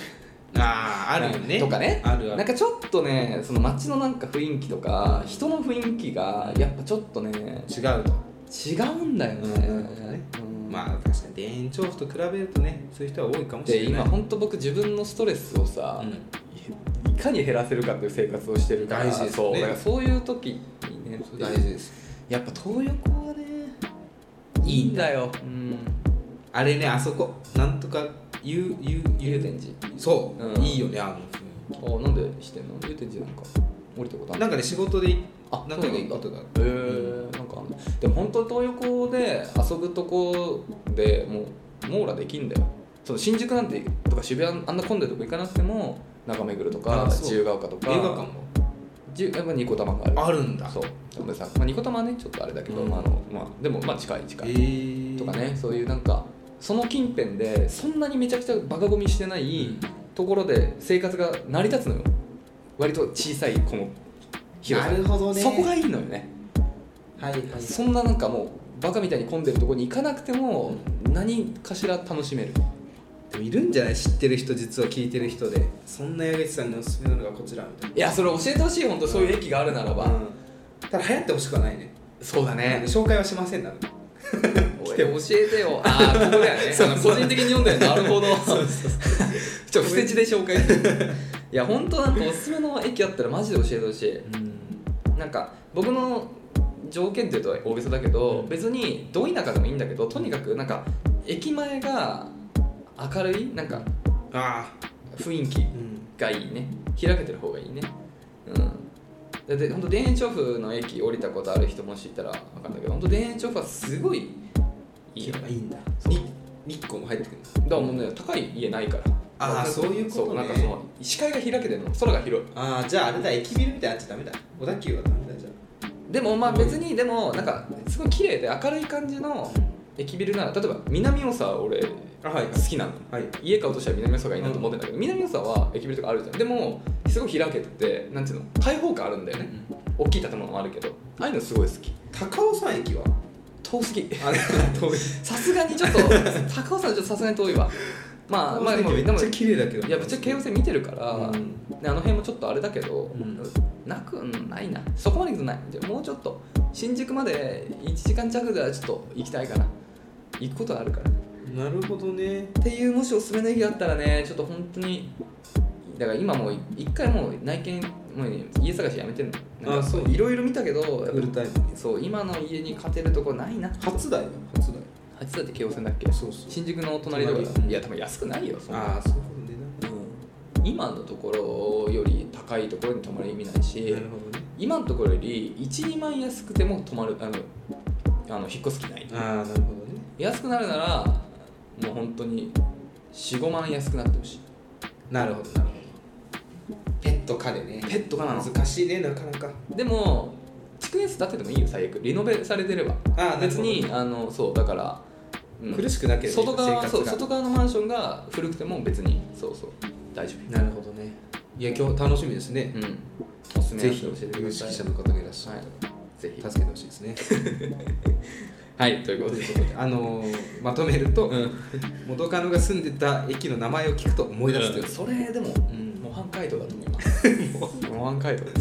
Speaker 1: あああるよね
Speaker 2: とかね
Speaker 1: あるある
Speaker 2: なんかちょっとねその街のなんか雰囲気とか人の雰囲気がやっぱちょっとね
Speaker 1: 違うと
Speaker 2: 違うんだよね,、
Speaker 1: うんね
Speaker 2: うん
Speaker 1: まあ確かに田園調布と比べるとねそういう人は多いかもしれ
Speaker 2: で
Speaker 1: ない
Speaker 2: 今本当僕自分のストレスをさ、いかに減らせるかっていう生活をしてるから
Speaker 1: 大事ですね
Speaker 2: そうだからそういう時にね
Speaker 1: うん、大事です
Speaker 2: やっぱ東横はねいいんだよ、うん、
Speaker 1: あれねあそこなんとかゆうゆうゆ
Speaker 2: 祐
Speaker 1: う
Speaker 2: 天寺
Speaker 1: そう、
Speaker 2: うん
Speaker 1: いいよねあの雰囲
Speaker 2: あなんでしてんの祐天寺なんか降りたことあ
Speaker 1: 気
Speaker 2: る
Speaker 1: なんかね仕事で
Speaker 2: あ
Speaker 1: 何回か行くことがあって
Speaker 2: へえなんかあんのでも本当東横で遊ぶとこでもう網羅できんだよその新宿なんてとか渋谷あんな混んでるとこ行かなくても中目黒とか
Speaker 1: あそう
Speaker 2: 自由が丘とか
Speaker 1: 映画館も
Speaker 2: 自由やっぱニコ玉がある
Speaker 1: あるんだ
Speaker 2: そうでもさ、まあ、ニコ玉はねちょっとあれだけど、
Speaker 1: うん
Speaker 2: まああのまあ、でもまあ近い近
Speaker 1: え
Speaker 2: い、
Speaker 1: ー、
Speaker 2: とかねそういうなんかその近辺でそんなにめちゃくちゃバカゴミしてないところで生活が成り立つのよ割と小さいこの広さ
Speaker 1: なるほどね
Speaker 2: そこがいいのよね
Speaker 1: はいはい
Speaker 2: そんななんかもうバカみたいに混んでるとこに行かなくても何かしら楽しめる
Speaker 1: でもいるんじゃない知ってる人実は聞いてる人でそんな矢口さんにおすすめなのがこちらみたい
Speaker 2: いやそれ教えてほしい本当そういう駅があるならば、
Speaker 1: な、うん、ただ流行ってほしくはないね
Speaker 2: そうだね
Speaker 1: 紹介はしませんなので
Speaker 2: 来て教えて よああここだよね
Speaker 1: そう
Speaker 2: あの個人的に読んだよなるほど ちょっと不設置で紹介する いや本当なんかおすすめの駅あったらマジで教えてほしい
Speaker 1: うん
Speaker 2: なんか僕の条件っていうと大げさだけど、別にど田舎でもいいんだけどとにかくなんか駅前が明るいなんか
Speaker 1: ああ
Speaker 2: 雰囲気
Speaker 1: うん
Speaker 2: がいいね開けてる方がいいねうんだって本当田園調布の駅降りたことある人もしいたら分かるんだけど本当田園調布はすごいいいよね
Speaker 1: いいんだ
Speaker 2: そう
Speaker 1: に日光も入ってくるんだ
Speaker 2: だからもうね高い家ないから
Speaker 1: あーそういうことね
Speaker 2: そうなんかその視界が開けてるの空が広い
Speaker 1: ああじゃああれだ駅ビルみたいになっちゃダメだ小田急はダメだじゃ
Speaker 2: でもまあ別にでもなんかすごい綺麗で明るい感じの駅ビルなら例えば南大沢俺好
Speaker 1: あはい
Speaker 2: きなの
Speaker 1: はい
Speaker 2: 家買うとしたら南大沢がいいなと思ってんだけど、南大沢は駅ビルとかあるじゃんでもすごい開けててなんていうの開放感あるんだよね大きい建物もあるけどああいうのすごい好き
Speaker 1: 高尾山駅は
Speaker 2: 遠すぎ
Speaker 1: あれ遠い
Speaker 2: さすがにちょっ と高尾山ちょっとさすがに遠いわまあまあでも
Speaker 1: め
Speaker 2: で
Speaker 1: っ
Speaker 2: も
Speaker 1: ちゃ綺麗だけど
Speaker 2: いやぶっちゃけ京王線見てるから、
Speaker 1: うん
Speaker 2: であの辺もちょっとあれだけど、
Speaker 1: ん
Speaker 2: なくうんないなそこまで行くとないじゃあもうちょっと新宿まで1時間弱ではちょっと行きたいかな行くことはあるから
Speaker 1: なるほどね
Speaker 2: っていうもしおすすめの駅があったらねちょっと本当にだから今もう一回もう内見もうね家探しやめてんのなん
Speaker 1: あ
Speaker 2: か
Speaker 1: そう
Speaker 2: いろいろ見たけどやっ
Speaker 1: フルタイム
Speaker 2: ぱそう今の家に勝てるとこないな
Speaker 1: 初台よ初台
Speaker 2: あいつだって京王線だっけ
Speaker 1: そうそう
Speaker 2: 新宿の隣とかだ
Speaker 1: 隣
Speaker 2: いや多分安くないよそんな
Speaker 1: ああそういうことね
Speaker 2: 今のところより高いところに泊まる意味ないし
Speaker 1: なるほどね
Speaker 2: 今のところより12万安くても泊まるあのあの引っ越す気ない
Speaker 1: ああなるほどね
Speaker 2: 安くなるならもう本当に45万安くなってほしい
Speaker 1: なるほどなるほどペット可でね
Speaker 2: ペットかなの
Speaker 1: 難しいねなかなか
Speaker 2: でも築年数建ててもいいよ最悪リノベされてれば
Speaker 1: ああ
Speaker 2: 別にあのそうだから、うん
Speaker 1: 苦しくなければいい
Speaker 2: 外側
Speaker 1: 生活
Speaker 2: そう
Speaker 1: が
Speaker 2: 外側のマンションが古くても別にそうそう大丈
Speaker 1: なるほどねいや今日楽しみですね
Speaker 2: 夫うんおすすめ
Speaker 1: ぜ
Speaker 2: のやつ
Speaker 1: ひ
Speaker 2: 教えてく
Speaker 1: 有
Speaker 2: ださ
Speaker 1: 識
Speaker 2: い
Speaker 1: 者の方がいらっしゃ
Speaker 2: は
Speaker 1: る
Speaker 2: いぜひ
Speaker 1: と助けてほしいですね
Speaker 2: はいということで
Speaker 1: あのーまとめると、
Speaker 2: うん
Speaker 1: 元カノが住んでた駅の名前を聞くと思い出すという、
Speaker 2: それでも、
Speaker 1: ん
Speaker 2: 模範解答だと思い ます。模範解答で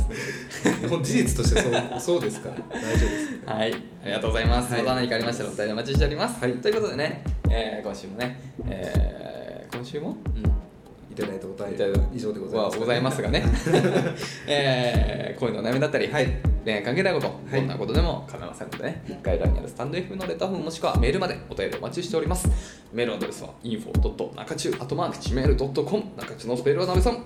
Speaker 2: すね。
Speaker 1: もう事実として そうそうですから大丈夫です
Speaker 2: はい、ありがとうございます。
Speaker 1: はい
Speaker 2: また何かありましたらお便りお待ちしております。ということでね、えー今週もね、えー今週も
Speaker 1: いただいたお便りは以上でございます
Speaker 2: はございますがね、えー、恋のお悩みだったり、恋愛関係ないこと、
Speaker 1: い
Speaker 2: こんなことでも叶いませんのでね、概要欄にあるスタンド F のレターフォームもしくはメールまでお便りお待ちしております。メールアドレスは info.nakachu.gmail.com 中中のスペルはなべさん。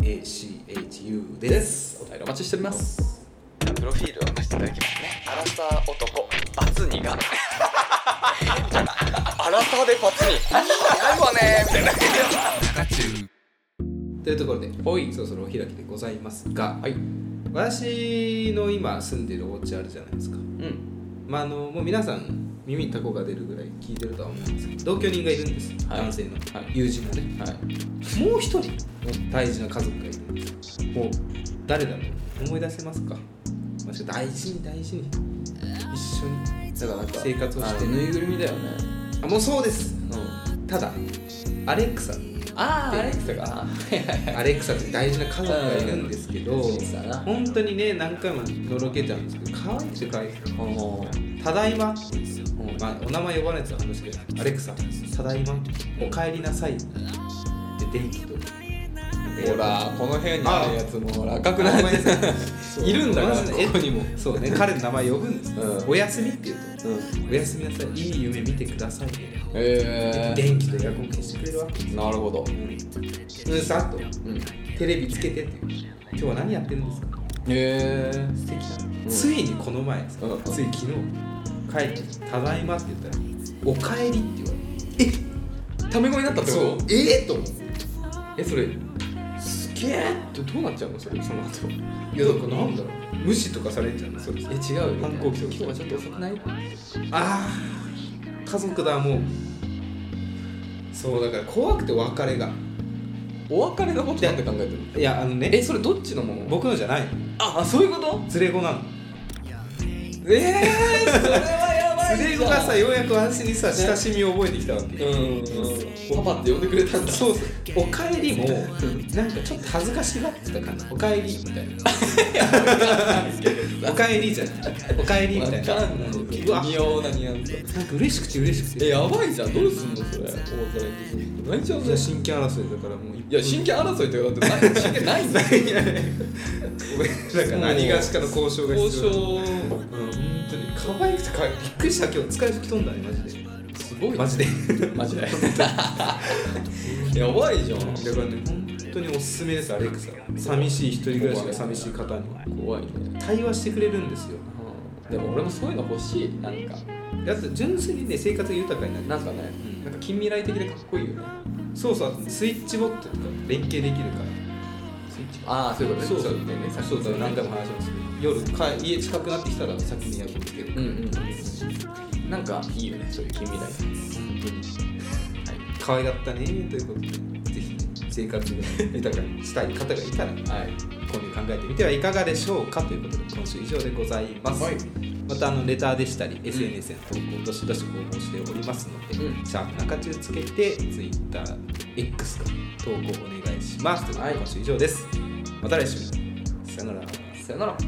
Speaker 1: NAKACHU です
Speaker 2: お便りお待ちしております。
Speaker 3: プロフィールを出していただきますね
Speaker 2: アラサー男バツ2がアラサーでバツ2やるわねみたいな
Speaker 1: というところで
Speaker 2: ほい
Speaker 1: そろそろお開きでございますが、
Speaker 2: はい
Speaker 1: 私の今住んでるお家あるじゃないですか
Speaker 2: うん
Speaker 1: まああのもう皆さん耳にタコが出るぐらい聞いてるとは思うんですけど同居人がいるんですよ、
Speaker 2: はい
Speaker 1: 男性の、
Speaker 2: はい
Speaker 1: 友人がね
Speaker 2: はい
Speaker 1: もう一人大事な家族がいるんですよもう誰だろう思い出せますかもしか大事に大事に一緒にだからなんか生活をして
Speaker 2: あの
Speaker 1: ね
Speaker 2: ぬいぐるみだよね
Speaker 1: あもうそうです
Speaker 2: うん
Speaker 1: ただアレクサ
Speaker 2: あ
Speaker 1: ーア
Speaker 2: アレ
Speaker 1: レ
Speaker 2: ク
Speaker 1: ク
Speaker 2: サがはいはい
Speaker 1: アレクサって大事な家族がいるんですけど
Speaker 2: だな
Speaker 1: 本当にね何回ものろけちゃうんですけど可愛くて可愛くて
Speaker 2: お
Speaker 1: 「ただいま」まあ、お名前呼ばないやつは話けどアレクサただいまお帰りなさい」で電気と
Speaker 2: ほらこの辺にあるやつもほら赤く
Speaker 1: ご
Speaker 2: な
Speaker 1: め
Speaker 2: っ
Speaker 1: んなさい
Speaker 2: ているんだから
Speaker 1: まず
Speaker 2: こ
Speaker 1: ね
Speaker 2: こにも
Speaker 1: そうね彼の名前呼ぶんですよ、
Speaker 2: うん
Speaker 1: おやすみって言う
Speaker 2: うん
Speaker 1: と「おやすみなさいいい夢見てくださいね」
Speaker 2: え
Speaker 1: 電気とエアコン消してくれるわけ
Speaker 2: ー、なるほど
Speaker 1: うんさっと
Speaker 2: うん
Speaker 1: テレビつけてって今日は何やってるんですか
Speaker 2: えー、
Speaker 1: 素敵だね
Speaker 2: うん
Speaker 1: ついにこの前、
Speaker 2: うん
Speaker 1: つい昨日帰って「ただいま」って言ったら「おかえり」って言われて
Speaker 2: タメ語になった
Speaker 1: え
Speaker 2: ってこ
Speaker 1: そう
Speaker 2: と
Speaker 1: ええと思って
Speaker 2: えそれすげえってどうなっちゃうのそれその後
Speaker 1: いやだからなんだろう無視とかされんじゃないそれ
Speaker 2: え違うよ
Speaker 1: 反抗期
Speaker 2: 今日はちょっと遅くない
Speaker 1: ああ家族だもうそうだから怖くて別れが
Speaker 2: お別れのことなんて考えてる
Speaker 1: いやあのね
Speaker 2: えそれどっちのもの
Speaker 1: 僕のじゃない
Speaker 2: ああそういうこと
Speaker 1: 連れ子なの
Speaker 2: ええー、それはやばい
Speaker 1: 連れ子がさようやく私にさ親しみを覚えてきたわけ、
Speaker 2: うんパパって呼んでくれたんだ
Speaker 1: そうそうおかえりもなんかちょっと恥ずかしがってた感じおかえりみ たいなおかえりじゃないおかえりみたいな
Speaker 2: わかんないけど
Speaker 1: うわ
Speaker 2: 微妙なニュアンス
Speaker 1: なんか嬉しくて嬉しく
Speaker 2: え
Speaker 1: て
Speaker 2: やばいじゃんどうすんのそれお別れの時に泣いちゃう
Speaker 1: い
Speaker 2: ね
Speaker 1: や親権争いだからもう
Speaker 2: いや真剣争いってだってない真剣ないんだよ
Speaker 1: だから何がしかの交渉が必要う
Speaker 2: 交渉
Speaker 1: ん本当に可愛くて可愛いびっくりした今日疲れ吹き飛んだねマジです
Speaker 2: ごい
Speaker 1: マジ で
Speaker 2: マジでやばいじゃん
Speaker 1: だからね本当におすすめですアレクサ寂しい一人暮らしが寂しい方に
Speaker 2: 怖いね
Speaker 1: 対話してくれるんですよ
Speaker 2: でも俺もそういうの欲しいなんか
Speaker 1: だって純粋にね生活が豊かになる
Speaker 2: なんかね、
Speaker 1: うん
Speaker 2: なんか近未来的でかっこいいよね
Speaker 1: そうそうスイッチボットとか連携できるからスイッチ
Speaker 2: ああそういうこと
Speaker 1: そう
Speaker 2: そ
Speaker 1: そうう
Speaker 2: だよねさっき
Speaker 1: そうそう
Speaker 2: ね
Speaker 1: 何回も話しますけど夜か家近くなってきたら先にやるんですけど
Speaker 2: うんうんなんかいいよねそういう近未来
Speaker 1: 本当に可愛かったねということでぜひ生活が豊かにしたい方がいたら
Speaker 2: はい、はい、
Speaker 1: 購入考えてみてはいかがでしょうかということで今週以上でございます、
Speaker 2: はい
Speaker 1: またあのレターでしたり SNS への投稿どしどし応募しておりますので、
Speaker 2: うん
Speaker 1: シャープ中中つけて TwitterX から投稿お願いしますということで
Speaker 2: はい
Speaker 1: 今週以上です、また来週さよなら
Speaker 2: さよなら